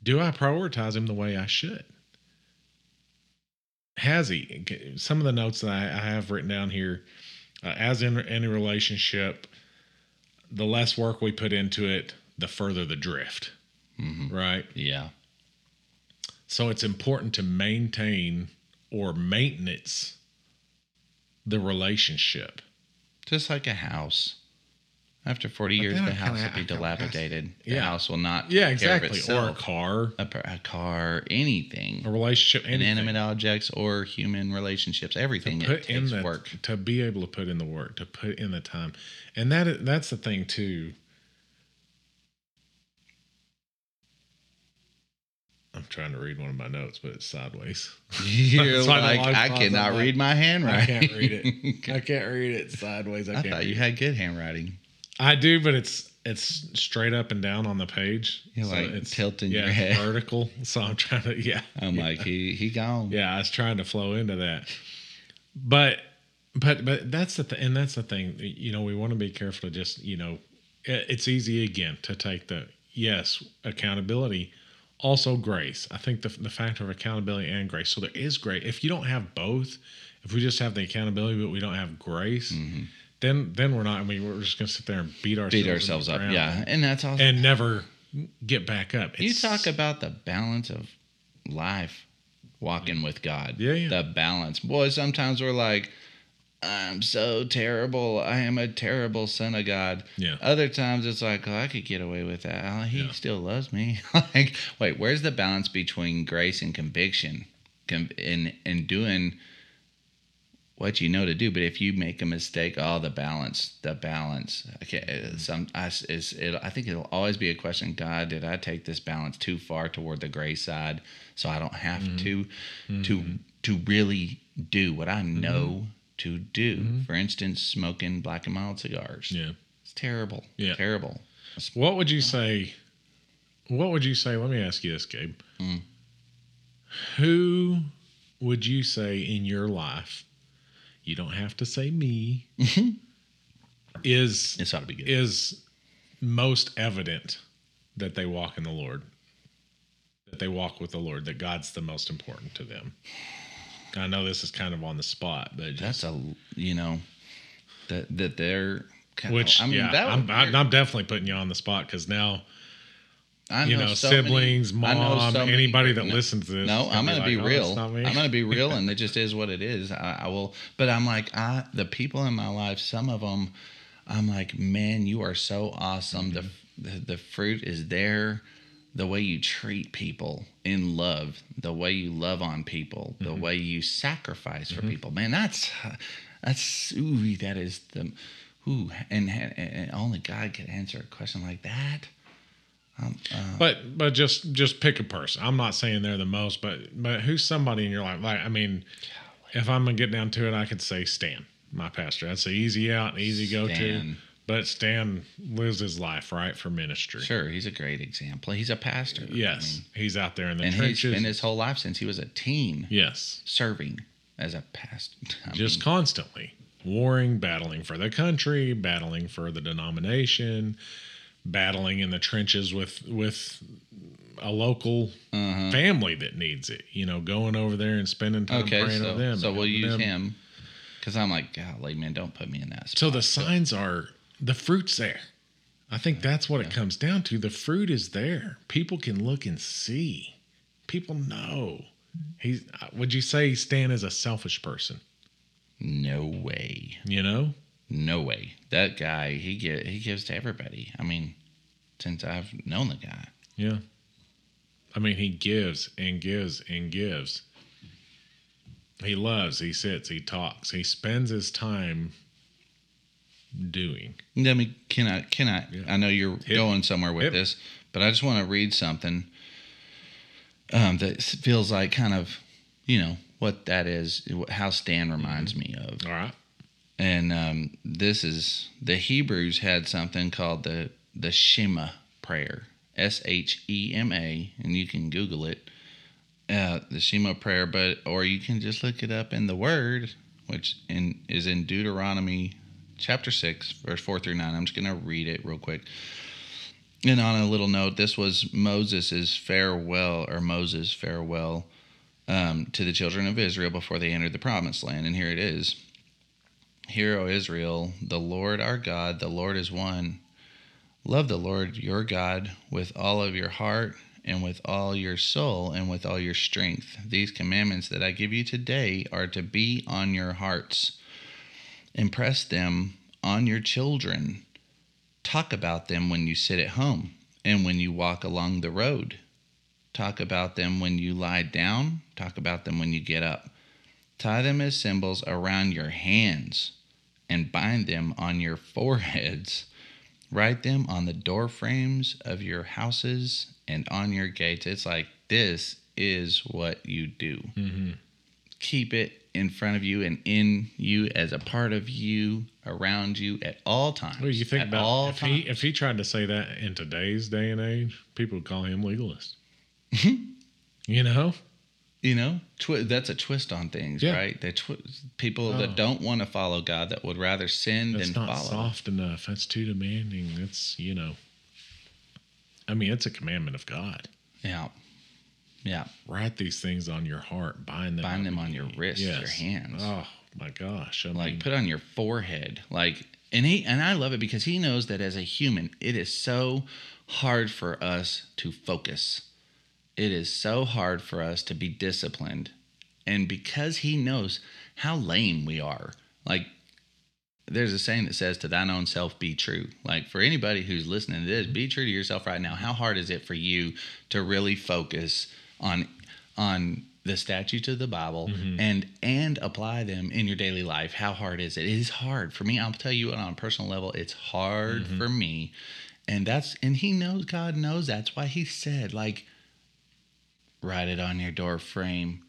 A: do I prioritize him the way I should? Has he? Some of the notes that I, I have written down here, uh, as in any relationship, the less work we put into it, the further the drift.
B: Mhm.
A: Right.
B: Yeah.
A: So it's important to maintain or maintenance the relationship.
B: Just like a house. After 40
A: But
B: years,
A: then I
B: the house
A: kinda-
B: will be
A: I kinda
B: dilapidated. The
A: Yeah.
B: house will not
A: Yeah,
B: take care of
A: exactly. Or a
B: itself.
A: car,
B: a, per- a car, anything,
A: a relationship, anything.
B: inanimate objects or human relationships, everything.
A: To
B: It
A: put in
B: takes
A: the
B: work.
A: to be able to put in the work, to put in the time, and that that's the thing too. I'm trying to read one of my notes, but it's sideways.
B: You're
A: So I know
B: like,
A: I was
B: I
A: causing
B: cannot
A: that.
B: read my
A: I
B: handwriting.
A: can't read it. I can't read it sideways. I,
B: I
A: can't.
B: thought
A: read
B: you
A: it.
B: had good handwriting.
A: I do, but it's it's straight up and down on the page.
B: You're like tilting
A: yeah,
B: your
A: it's
B: head.
A: vertical. So I'm trying to yeah.
B: I'm like, he he gone.
A: Yeah, I was trying to flow into that, but but but that's the th- and that's the thing. You know, we want to be careful to just you know, i- it's easy again to take the yes accountability, also grace. I think the the factor of accountability and grace. So there is grace. If you don't have both, if we just have the accountability but we don't have grace, then then we're not. I mean, we're just gonna sit there and beat ourselves in
B: Mm-hmm. Beat
A: the
B: ourselves up.
A: ground
B: Yeah. And that's awesome.
A: and never get back up.
B: you
A: It's-
B: talk about the balance of life, walking with God.
A: Yeah, yeah.
B: The balance. Boy, sometimes we're like, I'm so terrible. I am a terrible son of God.
A: Yeah.
B: Other times it's like, oh, I could get away with that. Oh, he
A: Yeah.
B: still loves me. like, wait, where's the balance between grace and conviction, Com- and and doing what you know to do? But if you make a mistake, oh, the balance, the balance. Okay,
A: Mm-hmm.
B: uh, some I s- it's, it, I think it'll always be a question. God, did I take this balance too far toward the gray side, so I don't have
A: Mm-hmm.
B: to to to really do what I
A: Mm-hmm.
B: know to do? For instance, smoking black and mild cigars.
A: yeah.
B: It's terrible.
A: Yeah.
B: Terrible.
A: What would you say? What would you say? Let me ask you this, Gabe.
B: Mm.
A: Who would you say in your life? You don't have to say me. is
B: This ought to be good.
A: is most evident that they walk in the Lord, that they walk with the Lord, that God's the most important to them. I know this is kind of on the spot, but just,
B: That's a you know that that they're
A: which
B: I mean
A: yeah,
B: that
A: I'm,
B: would-
A: I'm I'm definitely putting you on the spot because now
B: I
A: you
B: know
A: know,
B: so many-
A: siblings,
B: I know
A: mom,
B: so many-
A: anybody that
B: no,
A: listens to this.
B: No,
A: is
B: I'm gonna be
A: like, "Oh,
B: real.
A: it's not me."
B: I'm gonna be real, and it just is what it is. I, I will, but I'm like, I the people in my life, some of them, I'm like, man, you are so awesome. The,
A: Mm-hmm.
B: the the fruit is there. The way you treat people in love, the way you love on people,
A: Mm-hmm.
B: the way you sacrifice for people, man, that's that's ooh, that is the ooh, and, and, and only God could answer a question like that.
A: But but just just pick a person. I'm not saying they're the most, but but who's somebody in your life? Like I mean, if I'm gonna get down to it, I could say Stan, my pastor. That's an easy out, and easy go to.
B: Stan.
A: But Stan lives his life right for ministry.
B: Sure, he's a great example. He's a pastor. I
A: Yes,
B: mean,
A: he's out there in the
B: and he's
A: trenches.
B: spent his whole life since he was a teen
A: yes,
B: serving as a pastor. I
A: just
B: mean,
A: constantly warring, battling for the country, battling for the denomination, battling in the trenches with with a local
B: Mm-hmm.
A: family that needs it. You know, going over there and spending time
B: okay,
A: praying
B: so,
A: with them.
B: so
A: and
B: we'll
A: helping
B: use
A: them.
B: him because I'm like, golly, man, don't put me in that spot.
A: So the signs are the fruit's there. I think that's what it comes down to. The fruit is there. People can look and see. People know. He's. uh, Would you say Stan is a selfish person?
B: no way,
A: You know.
B: no way. That guy, he get he gives to everybody. I mean, since I've known the guy,
A: Yeah. I mean, he gives and gives and gives. He loves, he sits, he talks, he spends his time doing.
B: I mean, can I? Can I? I know you're going somewhere with
A: Hit me.
B: this, but I just want to read something um, that s- feels like kind of, you know, what that is, wh- how Stan reminds
A: Mm-hmm.
B: me of.
A: All right.
B: And um, this is the Hebrews had something called the the Shema prayer, S H E M A, and you can Google it, uh, the Shema prayer, but or you can just look it up in the Word, which in is in Deuteronomy chapter six, verse four through nine. I'm just gonna read it real quick. And on a little note, this was Moses' farewell or Moses' farewell um, to the children of Israel before they entered the promised land. And here it is. Hear, O Israel, the Lord our God, the Lord is one. Love the Lord your God with all of your heart and with all your soul and with all your strength. These commandments that I give you today are to be on your hearts. Impress them on your children. Talk about them when you sit at home and when you walk along the road. Talk about them when you lie down. Talk about them when you get up. Tie them as symbols around your hands and bind them on your foreheads. Write them on the door frames of your houses and on your gates. It's like this is what you do.
A: Mm-hmm.
B: Keep it in front of you and in you as a part of you, around you at all times.
A: What do you think
B: at
A: about
B: all
A: if he
B: times.
A: if he tried to say that in today's day and age, people would call him legalist. you know?
B: you know twi- that's a twist on things
A: Yeah.
B: right they twi- people
A: Oh.
B: that don't want to follow god that would rather sin
A: That's
B: than
A: not
B: follow
A: soft enough. That's too demanding. That's you know. I mean, it's a commandment of God.
B: yeah yeah
A: Write these things on your heart. Bind them.
B: bind them on your wrists your
A: Yes.
B: hands
A: Oh my gosh! I
B: like
A: mean,
B: put on your forehead like and he and i love it because he knows that as a human it is so hard for us to focus it is so hard for us to be disciplined and because he knows how lame we are like there's a saying that says to thine own self be true like for anybody who's listening to this be true to yourself right now how hard is it for you to really focus on on the statutes of the bible and and apply them in your daily life how hard is it it is hard for me i'll tell you on a personal level it's hard for me and that's and he knows god knows that's why he said like write it on your door frame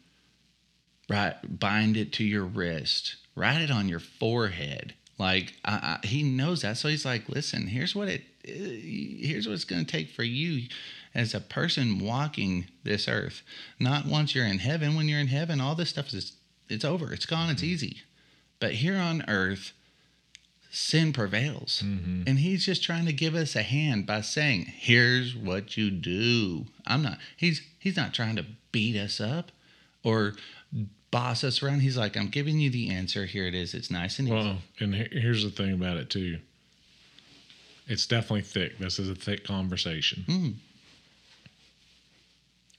B: right bind it to your wrist write it on your forehead like I, I, he knows that so he's like listen here's what it uh, here's what it's going to take for you as a person walking this earth not once you're in heaven when you're in heaven all this stuff is it's over it's gone it's easy but here on earth sin prevails and he's just trying to give us a hand by saying here's what you do i'm not he's he's not trying to beat us up or boss us around he's like i'm giving you the answer here it is it's nice and easy
A: well, and he- here's the thing about it too. It's definitely thick. This is a thick conversation.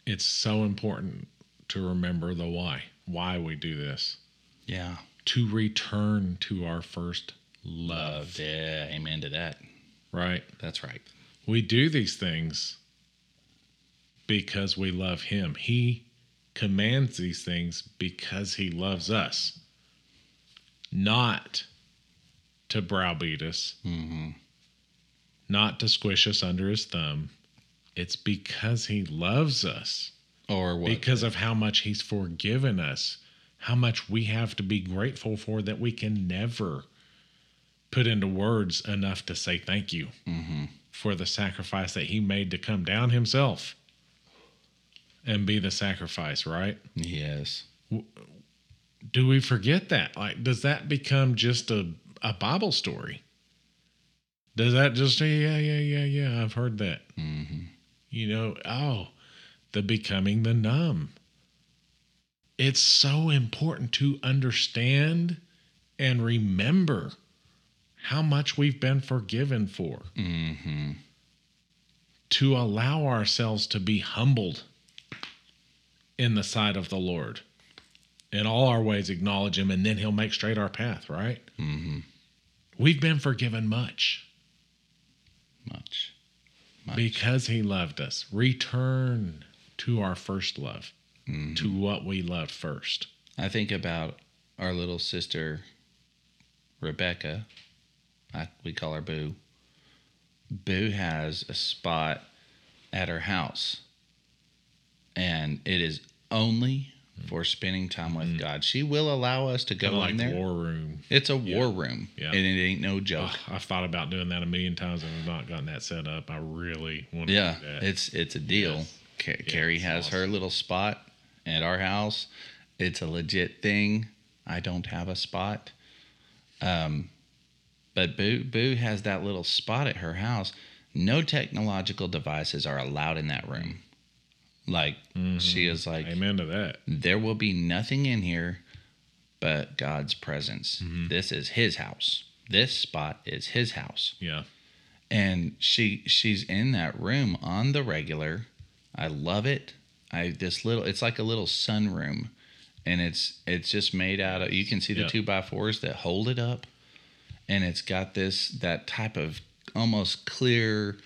A: It's so important to remember the why. Why we do this.
B: yeah
A: To return to our first
B: Loved it. Amen to that.
A: right?
B: That's right.
A: We do these things because we love Him. He commands these things because He loves us, not to browbeat us,
B: Mm-hmm.
A: not to squish us under His thumb. It's because He loves us,
B: Or what?
A: because of how much He's forgiven us, how much we have to be grateful for that we can never put into words enough to say thank you
B: mm-hmm.
A: for the sacrifice that he made to come down himself and be the sacrifice, right?
B: Yes.
A: Do we forget that? Like, does that become just a, a Bible story? Does that just, yeah, yeah, yeah, yeah, I've heard that.
B: Mm-hmm.
A: You know, oh, the becoming the numb. It's so important to understand and remember how much we've been forgiven for.
B: Mm-hmm.
A: to allow ourselves to be humbled in the sight of the Lord. In all our ways, acknowledge Him, and then He'll make straight our path, right?
B: Mm-hmm.
A: We've been forgiven much
B: Much. Much.
A: because He loved us. Return to our first love,
B: Mhm.
A: to what we loved first.
B: I think about our little sister, Rebecca. I, we call her Boo. Boo has a spot at her house, and it is only for spending time with God. She will allow us to go
A: Mm-hmm. Kinda
B: in
A: like
B: there.
A: War Room.
B: It's a war room,
A: Yeah.
B: and it ain't no joke.
A: Ugh, I've thought about doing that a million times and have not gotten that set up. I really want to
B: Yeah,
A: do that.
B: it's it's a deal. Ca- Carrie
A: it's
B: has her little spot at our house. It's a legit thing. I don't have a spot. Um, but Boo Boo has that little spot at her house. No technological devices are allowed in that room. Like she is like,
A: Mm-hmm. Amen to that.
B: there will be nothing in here but God's presence.
A: Mm-hmm.
B: This is His house. This spot is His house
A: Yeah.
B: and she she's in that room on the regular i love it i this little it's like a little sunroom and it's it's just made out of you can see the
A: Yeah.
B: two by fours that hold it up and it's got this that type of almost clear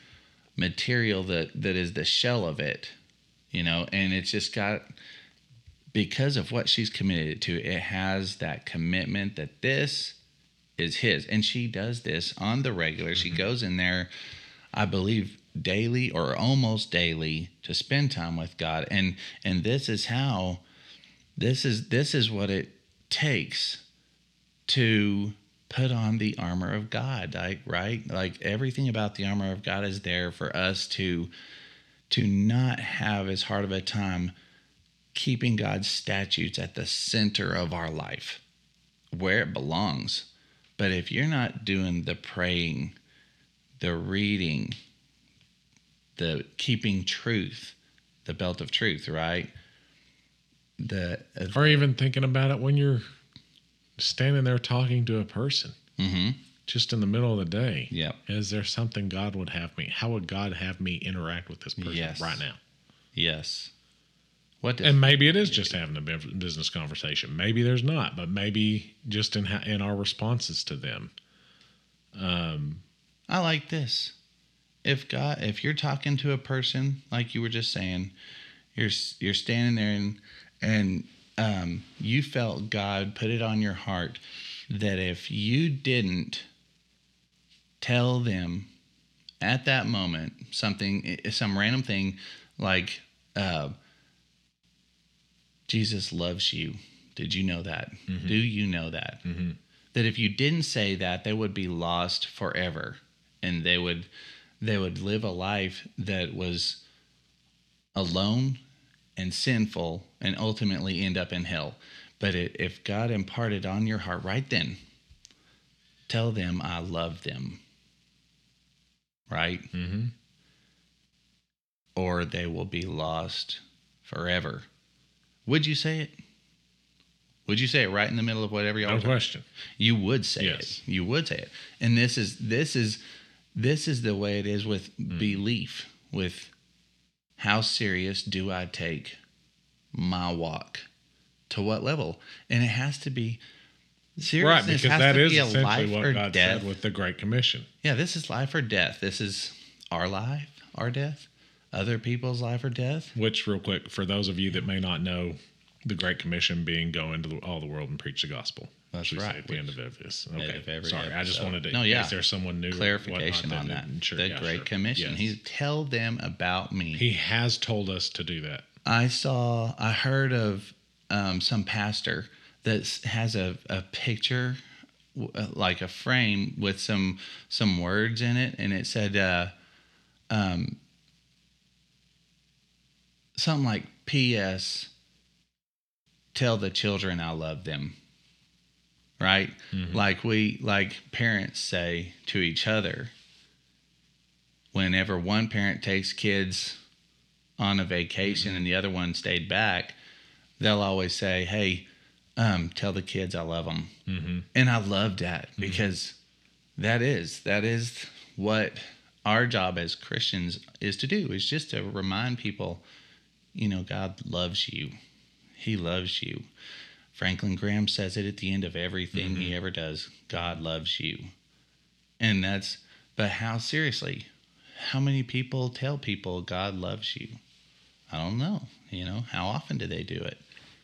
B: material that that is the shell of it you know and it's just got because of what she's committed to it has that commitment that this is his and she does this on the regular she goes in there i believe daily or almost daily to spend time with god and and this is how this is this is what it takes to put on the armor of god like right like everything about the armor of god is there for us to to not have as hard of a time keeping god's statutes at the center of our life where it belongs but if you're not doing the praying, the reading, the keeping truth, the belt of truth, right? The
A: Or even thinking about it when you're standing there talking to a person.
B: mm-hmm.
A: just in the middle of the day.
B: Yep.
A: Is there something God would have me? How would God have me interact with this person
B: Yes.
A: right now?
B: Yes. What does
A: And maybe it is just having a bu- business conversation. Maybe there's not, but maybe just in how, in our responses to them. Um,
B: I like this. If God, if you're talking to a person like you were just saying, you're s- you're standing there and and um, you felt God put it on your heart that if you didn't tell them at that moment something, i- some random thing like uh, Jesus loves you. Did you know that? Do you know that? that if you didn't say that they would be lost forever and they would they would live a life that was alone and sinful and ultimately end up in hell but it, if god imparted on your heart right then tell them i love them right
A: mhm.
B: or they will be lost forever would you say it would you say it right in the middle of whatever y'all
A: No
B: were
A: question.
B: you would say
A: Yes.
B: it you would say it and this is this is this is the way it is with
A: Mm.
B: belief with how serious do i take my walk to what level and it has to be
A: right,
B: Seriousness
A: because
B: has
A: that
B: to
A: is
B: be a
A: essentially
B: life
A: what
B: or
A: God
B: death.
A: said with the Great Commission.
B: yeah, this is life or death. This is our life, our death, other people's life or death.
A: Which, real quick, for those of you that may not know, the Great Commission being go into the, all the world and preach the gospel.
B: That's
A: As we say
B: right,
A: At the end of every this. Okay.
B: of every
A: Sorry, I just
B: episode.
A: wanted to.
B: No,
A: in
B: yeah.
A: case there's someone new. or
B: Clarification
A: whatnot
B: on that.
A: didn't- sure,
B: the
A: yeah,
B: Great
A: sure.
B: Commission.
A: Yes.
B: He tell them about me.
A: he has told us to do that.
B: I saw, I heard of um, some pastor that s- has a, a picture, w- uh, like a frame with some some words in it, and it said uh, um, something like "P.S. Tell the children I love them." Right, like we like parents say to each other. Whenever one parent takes kids on a vacation and the other one stayed back, they'll always say, "Hey, um, tell the kids I love them,"
A: Mm-hmm.
B: and I love that because that is that is what our job as Christians is to do is just to remind people, you know, God loves you, He loves you. Franklin Graham says it at the end of everything he ever does. God loves you, and that's. But how seriously? How many people tell people God loves you? I don't know. You know, how often do they do it?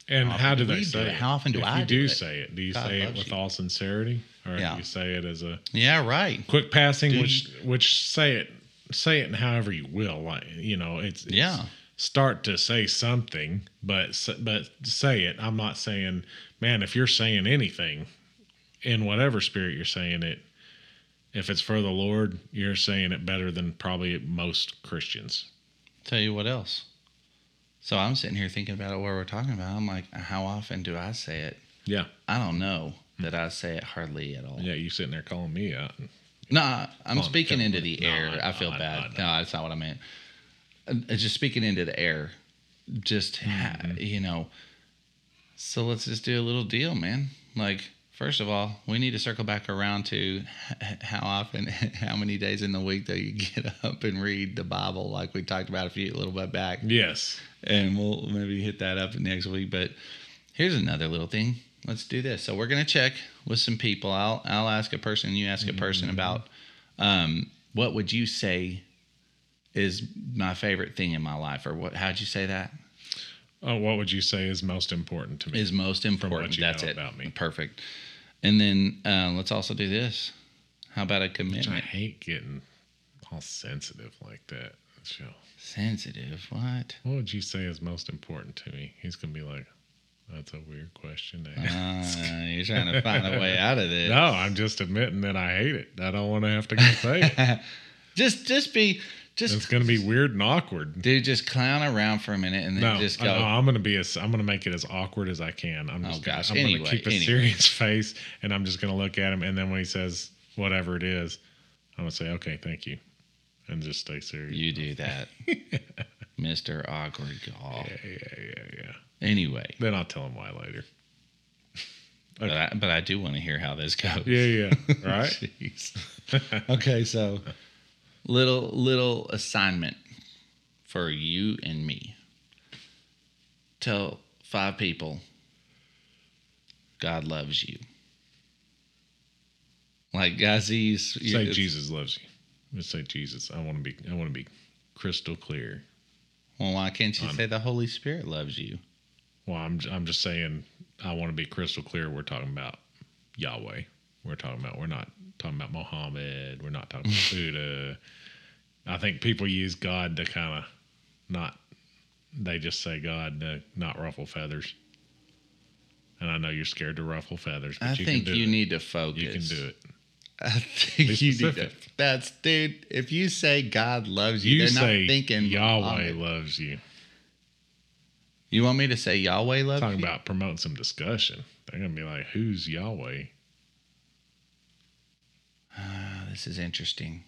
A: And
B: How
A: how
B: often
A: do
B: do we
A: they
B: do
A: say
B: it?
A: it?
B: How often do
A: if
B: I
A: you
B: do
A: do
B: it?
A: say it? Do you
B: God
A: say it
B: loves
A: with
B: you.
A: all sincerity, or
B: Yeah.
A: do you say it as a
B: Yeah, right.
A: quick passing?
B: Do
A: which which say it say it however you will. Like you know, it's, it's
B: Yeah.
A: Start to say something, but s- but say it. I'm not saying, man. If you're saying anything, in whatever spirit you're saying it, if it's for the Lord, you're saying it better than probably most Christians.
B: Tell you what else. So I'm sitting here thinking about what we're talking about. I'm like, how often do I say it?
A: Yeah,
B: I don't know that I say it hardly at all.
A: Hmm. yeah. You sitting there calling me out.
B: Nah, I'm
A: Come on,
B: speaking
A: come
B: into
A: on.
B: the
A: No,
B: air.
A: I-
B: I, feel
A: I-
B: bad.
A: I-
B: no, that's not what I meant. Uh, Just speaking into the air. Just, ha-
A: Mm-hmm.
B: you know. So let's just do a little deal, man. Like, first of all, we need to circle back around to h- how often, how many days in the week do you get up and read the Bible, like we talked about a few a little bit back.
A: Yes.
B: and we'll maybe hit that up next week. But here's another little thing. Let's do this. So we're gonna check with some people. I'll I'll ask a person. You ask a person
A: Mm-hmm.
B: about um, what would you say is my favorite thing in my life, or what? How'd you say that
A: Oh, what would you say is most important to me?
B: is most important?
A: you
B: That's
A: know
B: it.
A: about me.
B: Perfect. And then uh, let's also do this. How about a
A: I
B: commitment?
A: hate getting all sensitive like that. So,
B: Sensitive. What?
A: what would you say is most important to me? He's gonna be like, "That's a weird question." To ask."
B: Uh, you're trying to find a way out of this.
A: no, I'm just admitting that I hate it. I don't want to have to go say it.
B: Just just be just
A: It's gonna be weird and awkward.
B: Dude, just clown around for a minute and then
A: No,
B: just go.
A: no, I'm gonna be as I'm gonna make it as awkward as I can. I'm just
B: Oh,
A: gonna,
B: gosh.
A: I'm
B: Anyway,
A: gonna keep a
B: anyway.
A: serious face, and I'm just gonna look at him, and then when he says whatever it is, I'm gonna say, "Okay, thank you," and just stay serious.
B: You do that, Mr. Awkward Gall.
A: yeah, yeah, yeah, yeah.
B: Anyway,
A: Then I'll tell him why later.
B: but I, but I do want to hear how this goes.
A: Yeah, yeah. Right?
B: Jeez. okay, so little little assignment for you and me. Tell five people God loves you. Like guys, he's
A: say
B: it's-
A: Jesus loves you. Just say Jesus. I want to be. I want to be crystal clear.
B: Well, why can't you say the Holy Spirit loves you?
A: Well, I'm. I'm just saying. I want to be crystal clear. We're talking about Yahweh. We're talking about. We're not talking about Mohammed. We're not talking about Buddha. I think people use God to kind of not. They just say God to not ruffle feathers. And I know you're scared to ruffle feathers, but
B: I
A: you
B: think
A: can do
B: you
A: it.
B: need to focus.
A: you can do it.
B: I think
A: Be
B: you need to.
A: specific.
B: That's dude. If you say God loves you,
A: You
B: they're
A: say
B: not thinking um,
A: Yahweh
B: Muhammad.
A: loves you.
B: You want me to say Yahweh loves
A: talking
B: you?
A: about promoting some discussion. They're gonna be like, "Who's Yahweh?"
B: Ah, this is interesting.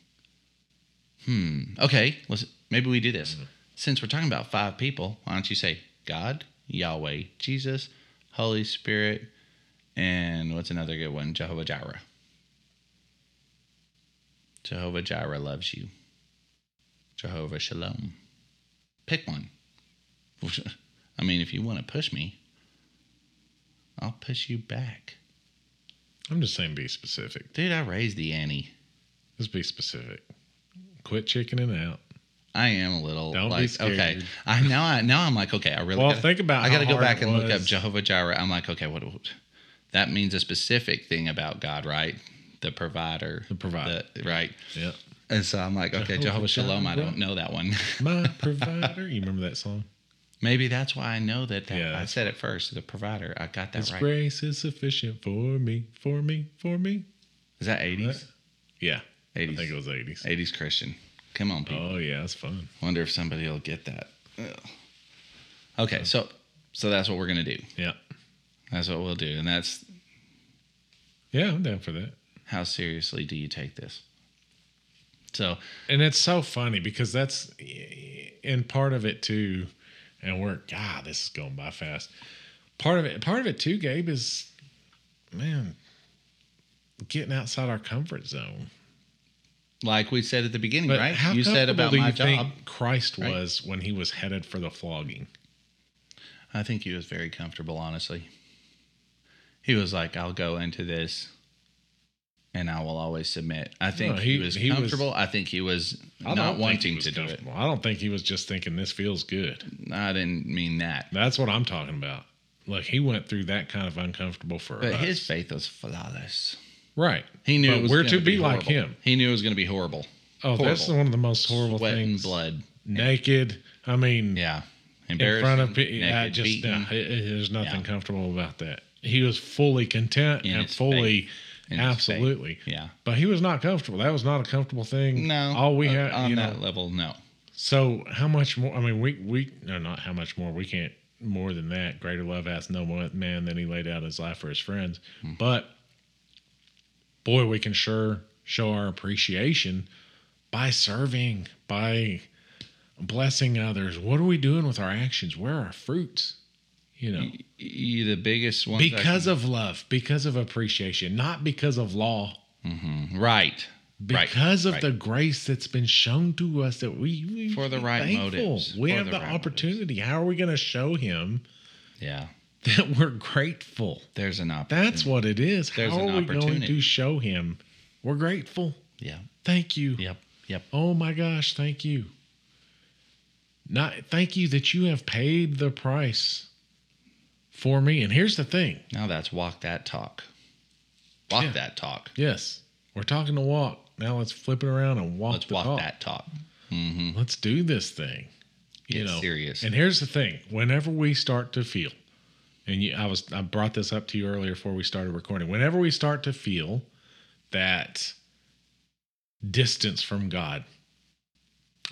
B: Hmm. Okay. Let's maybe we do this. Since we're talking about five people, why don't you say God, Yahweh, Jesus, Holy Spirit, and what's another good one? Jehovah Jireh. Jehovah Jireh loves you. Jehovah Shalom. Pick one. I mean, if you want to push me, I'll push you back.
A: I'm just saying be specific.
B: Dude, I raised the ante.
A: Just be specific. Quit chickening out.
B: I am a little
A: Don't be
B: like okay.
A: scared.
B: I now I now I'm like okay. I really
A: Well,
B: gotta,
A: think about
B: I
A: how
B: got to go
A: hard
B: back
A: it
B: and look up
A: was.
B: Jehovah Jireh. I'm like okay, what, what- that means a specific thing about God, right? The provider, the
A: provider.
B: right?
A: Yeah.
B: And so I'm like okay, Jehovah,
A: Jehovah
B: Shalom. I
A: Jireh.
B: don't know that one.
A: My provider. You remember that song?
B: Maybe that's why I know that. that
A: Yeah,
B: I
A: that's-
B: said it first. The provider. I got that
A: His
B: right.
A: grace is sufficient for me, for me, for me.
B: Is that 80s?
A: Right? Yeah. I
B: 80s.
A: think it was 80s.
B: 80s Christian. Come on, people.
A: Oh, yeah. That's fun.
B: Wonder if somebody will get that. Ugh. Okay, so so that's what we're gonna do.
A: Yeah.
B: That's what we'll do, and that's
A: Yeah. I'm down for that.
B: how seriously do you take this? So
A: And it's so funny because that's eh, and part of it too, and we're God, this is going by fast. Part of it part of it too, Gabe, is man, getting outside our comfort zone.
B: like we said at the beginning,
A: But
B: right?
A: how
B: You said
A: comfortable
B: about
A: do
B: my
A: you
B: job.
A: think Christ
B: right?
A: was when he was headed for the flogging.
B: I think he was very comfortable, honestly. He was like, I'll go into this and I will always submit. I think
A: No,
B: he,
A: he-
B: was
A: he was-
B: comfortable. I think he was
A: I don't
B: not
A: think he
B: wanting
A: was
B: to do it.
A: comfortable. I don't think he was just thinking this feels good.
B: I didn't mean that.
A: That's what I'm talking about. Like he went through that kind of uncomfortable for
B: But
A: us.
B: his faith was flawless.
A: right.
B: He knew
A: But
B: it was
A: we're
B: gonna
A: to be, like
B: horrible.
A: him.
B: He knew it was going to be horrible.
A: Oh, that's
B: Horrible.
A: one of the most horrible
B: Sweat and
A: things.
B: blood.
A: naked. I mean,
B: Yeah.
A: in front of
B: Embarrassing,
A: people. I
B: naked,
A: just uh,
B: beaten
A: no, it- it- there's nothing
B: Yeah.
A: comfortable about that. He was fully content
B: In
A: and
B: his
A: fully,
B: in his faith.
A: absolutely.
B: Yeah.
A: But he was not comfortable. That was not a comfortable thing.
B: No.
A: All we
B: on-
A: had,
B: on
A: you know.
B: that level, no.
A: So how much more? I mean, we we no, not how much more. We can't more than that. Greater love hath no one man than he laid out his life for his friends. But boy, we can sure show our appreciation by serving, by blessing others. What are we doing with our actions? Where are our fruits? You know,
B: E-, Y- The biggest one
A: because of love, because of appreciation, not because of law,
B: Mm-hmm. right Right,
A: because of
B: right.
A: the grace that's been shown to us that we, we
B: For the
A: be
B: right motives,
A: we
B: for
A: have
B: the
A: the,
B: right
A: opportunity how are we going to show him
B: yeah
A: that we're grateful
B: there's an opportunity
A: that's what it is
B: Mm-hmm. There's
A: how
B: an
A: are we going
B: opportunity.
A: to show him we're grateful
B: yeah
A: thank you
B: yep yep
A: oh my gosh thank you not thank you that you have paid the price for me and here's the thing
B: now that's walk that talk walk
A: Yeah.
B: that talk
A: yes we're talking to walk now let's flip it around and walk
B: let's
A: the
B: walk
A: talk.
B: that talk mm-hmm.
A: let's do this thing
B: get
A: you know
B: serious
A: And here's the thing: whenever we start to feel, and you, I was I brought this up to you earlier before we started recording. Whenever we start to feel that distance from God,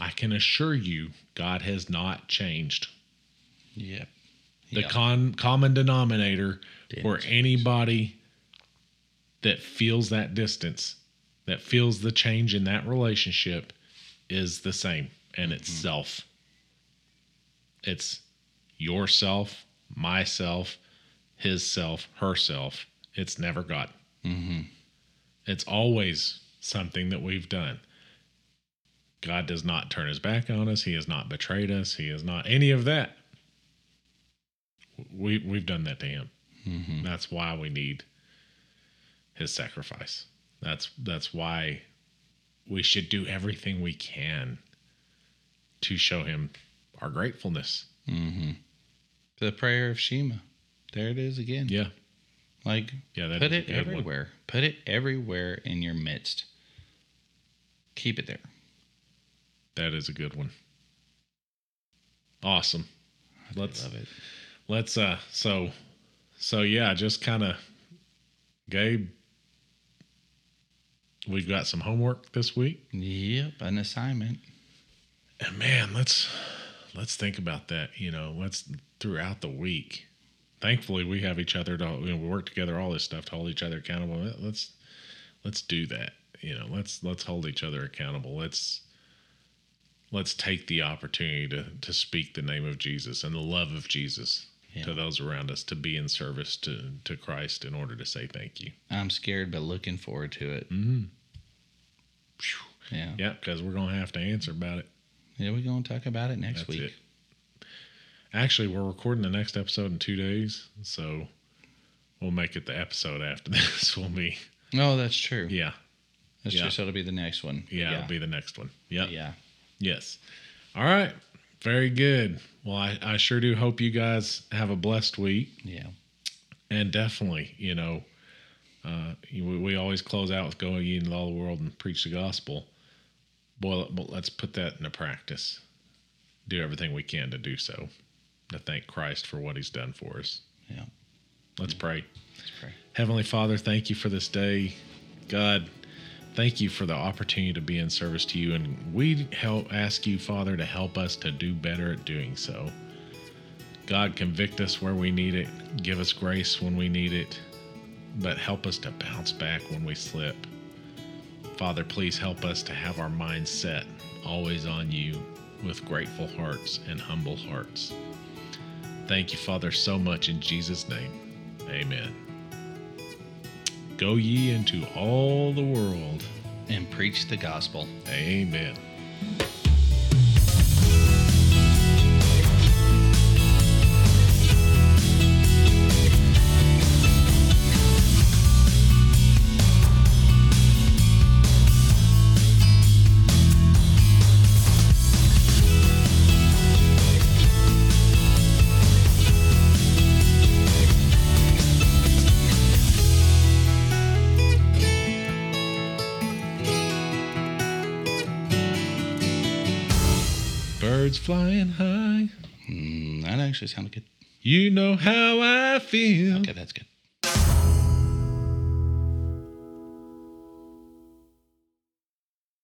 A: I can assure you, God has not changed.
B: yep
A: The
B: Yep.
A: con, common denominator
B: Didn't
A: for
B: change.
A: anybody that feels that distance, that feels the change in that relationship, is the same
B: Mm-hmm.
A: and it's self. It's yourself, myself, his self, herself. It's never God.
B: Mm-hmm.
A: It's always something that we've done. God does not turn his back on us. He has not betrayed us. He has not any of that. We we've done that to him.
B: Mm-hmm.
A: That's why we need his sacrifice. That's that's why we should do everything we can to show him our gratefulness.
B: Mm-hmm. the prayer of Shema there it is again
A: Yeah.
B: like
A: Yeah, that is
B: put
A: a
B: it
A: good one.
B: everywhere put it everywhere in your midst keep it there
A: That is a good one. Awesome. Let's
B: love it
A: let's uh so so yeah just kind of gabe we've got some homework this week
B: yep an assignment
A: and man let's let's think about that you know let's throughout the week thankfully we have each other to you know, we work together all this stuff to hold each other accountable let's let's do that you know let's let's hold each other accountable let's let's take the opportunity to to speak the name of jesus and the love of jesus
B: Yeah.
A: to those around us to be in service to to christ in order to say thank you
B: I'm scared but looking forward to it
A: Mhm.
B: yeah
A: yeah because we're gonna have to answer about it
B: Yeah, we're going to talk about it next
A: That's
B: week.
A: it. Actually, we're recording the next episode in two days, so We'll make it the episode after this. We'll be
B: Oh, that's true.
A: yeah,
B: That's
A: Yeah.
B: true. So it'll be the next one.
A: yeah. It'll be the next one. Yep.
B: yeah.
A: Yes. All right. Very good. Well, I, I sure do hope you guys have a blessed week.
B: Yeah.
A: And definitely, you know, uh, we, we always close out with go ye into all the world and preach the gospel. Boy, let- let's put that into practice. Do everything we can to do so, to thank Christ for what he's done for us.
B: Yeah.
A: Let's pray.
B: Let's pray.
A: Heavenly Father, thank you for this day. God, thank you for the opportunity to be in service to you. And we help ask you, Father, to help us to do better at doing so. God, convict us where we need it, give us grace when we need it, but help us to bounce back when we slip. Father, please help us to have our minds set always on you with grateful hearts and humble hearts. Thank you, Father, so much in Jesus' name. Amen. Go ye into all the world.
B: And preach the gospel.
A: Amen. Birds flying high.
B: Mm, that actually sounded good.
A: You know how I feel.
B: Okay, that's good.